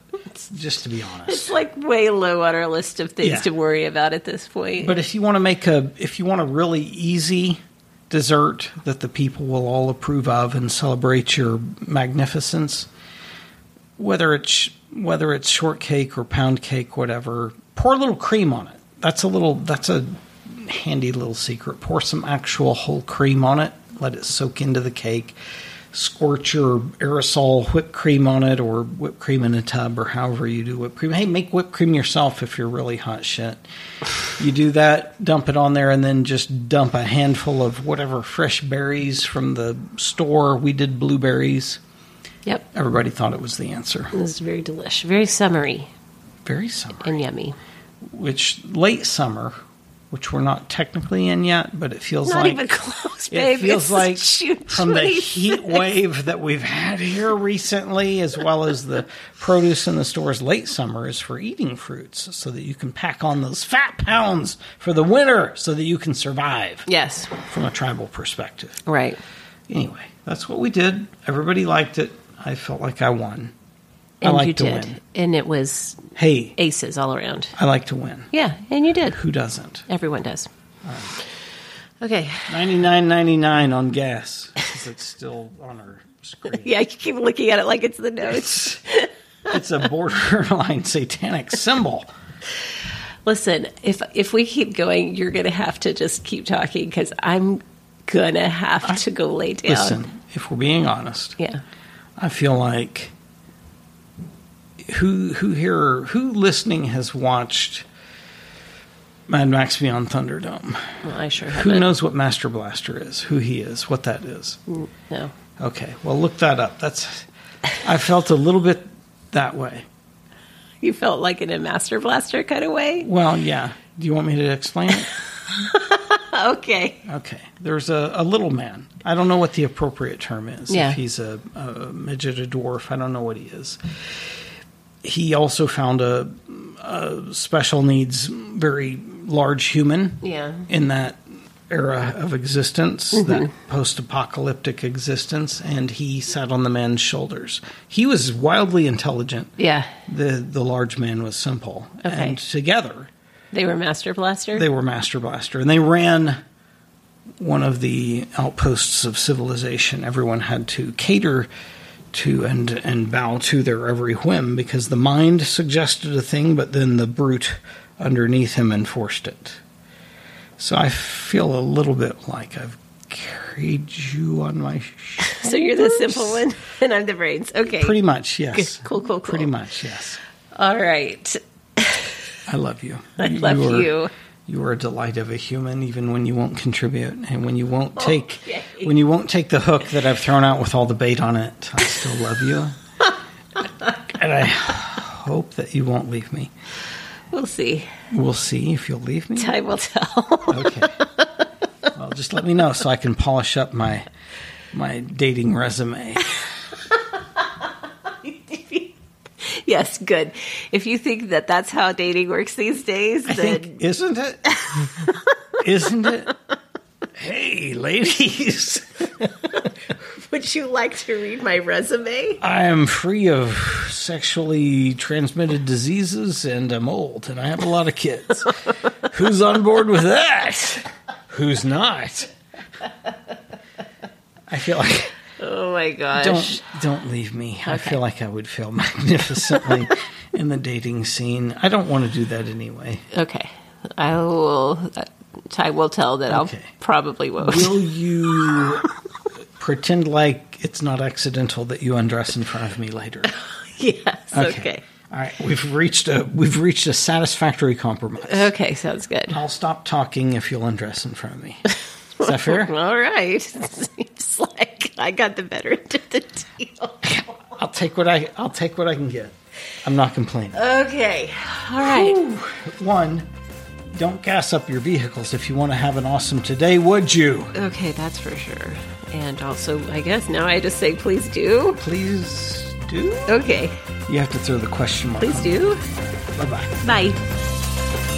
S2: Just to be honest.
S1: It's like way low on our list of things
S2: Yeah.
S1: to worry about at this point.
S2: But if you want to make a if you want a really easy dessert that the people will all approve of and celebrate your magnificence, whether it's whether it's shortcake or pound cake, whatever, pour a little cream on it. That's a little that's a handy little secret. Pour some actual whole cream on it. Let it soak into the cake. scorch your aerosol whipped cream on it or whipped cream in a tub or however you do whipped cream. Hey, make whipped cream yourself if you're really hot shit. You do that, dump it on there, and then just dump a handful of whatever fresh berries from the store. We did blueberries.
S1: Yep.
S2: Everybody thought it was the answer.
S1: It was very delish, very summery,
S2: very summery
S1: and yummy.
S2: Which late summer, which we're not technically in yet, but it feels
S1: Not
S2: like
S1: even close,
S2: It
S1: babe. It's
S2: feels like
S1: June
S2: from the
S1: 26th.
S2: heat wave that we've had here recently, as well as the produce in the stores late summer, is for eating fruits so that you can pack on those fat pounds for the winter so that you can survive.
S1: Yes.
S2: From a tribal perspective.
S1: Right.
S2: Anyway, that's what we did. Everybody liked it. I felt like I won. I
S1: And
S2: like
S1: you
S2: to
S1: did.
S2: win.
S1: And it was
S2: Hey,
S1: aces all around.
S2: I like to win.
S1: Yeah, and you did.
S2: Who doesn't?
S1: Everyone does. Okay.
S2: Ninety nine ninety nine on gas. 'Cause It's still on our screen.
S1: Yeah, I keep looking at it like it's the notes.
S2: It's a borderline satanic symbol.
S1: Listen, if if we keep going, you're going to have to just keep talking because I'm going to have to go lay down.
S2: Listen, if we're being honest,
S1: Yeah.
S2: I feel like who who here who listening has watched Mad Max Beyond Thunderdome?
S1: Well, I sure
S2: Who
S1: haven't.
S2: knows what Master Blaster is? Who he is? What that is?
S1: No.
S2: Okay, well look that up. That's I felt a little bit that way.
S1: You felt like in a Master Blaster kind of way?
S2: Well, yeah. Do you want me to explain it?
S1: Okay.
S2: Okay. There's a, a little man. I don't know what the appropriate term is.
S1: Yeah.
S2: If he's a, a midget, a dwarf, I don't know what he is. He also found a, a special needs, very large human
S1: Yeah.
S2: in that era of existence, that
S1: Mm-hmm.
S2: post apocalyptic existence, and he sat on the man's shoulders. He was wildly intelligent.
S1: Yeah.
S2: The, the large man was simple.
S1: Okay.
S2: And together,
S1: They were Master Blaster?
S2: they were Master Blaster, and they ran one of the outposts of civilization. Everyone had to cater to and and bow to their every whim because the mind suggested a thing, but then the brute underneath him enforced it. So I feel a little bit like I've carried you on my sh-
S1: so you're the simple one, and I'm the brains. Okay.
S2: pretty much yes,
S1: Cool, cool, cool.
S2: pretty much yes.
S1: All right.
S2: I love you.
S1: I love
S2: are-
S1: you.
S2: You are a delight of a human, even when you won't contribute and when you won't take when you won't take the hook that I've thrown out with all the bait on it. I still love you, and I hope that you won't leave me.
S1: We'll see.
S2: We'll see if you'll leave me.
S1: Time will tell.
S2: Okay. Well, just let me know so I can polish up my my dating resume.
S1: yes, good. If you think that that's how dating works these days,
S2: I
S1: then
S2: think, isn't it? Isn't it? Hey, ladies.
S1: would you like to read my resume?
S2: I am free of sexually transmitted diseases and I'm old and I have a lot of kids. Who's on board with that? Who's not? I feel like
S1: Oh my gosh.
S2: don't don't leave me. I feel like I would fail magnificently in the dating scene. I don't want to do that anyway.
S1: Okay. I will. Uh, time will tell that
S2: Okay.
S1: I'll probably won't.
S2: Will you pretend like it's not accidental that you undress in front of me later?
S1: yes. Okay.
S2: All right, we've reached a we've reached a satisfactory compromise.
S1: okay. Sounds good.
S2: I'll stop talking if you'll undress in front of me. Is that fair?
S1: All right. Seems like I got the better end of the deal.
S2: I'll take what I I'll take what I can get. I'm not complaining.
S1: Okay. All right.
S2: One, don't gas up your vehicles if you want to have an awesome today, would you?
S1: Okay, that's for sure. And also, I guess now I just say please do.
S2: Please do.
S1: Okay.
S2: You have to throw the question mark.
S1: Please do.
S2: Bye bye.
S1: Bye.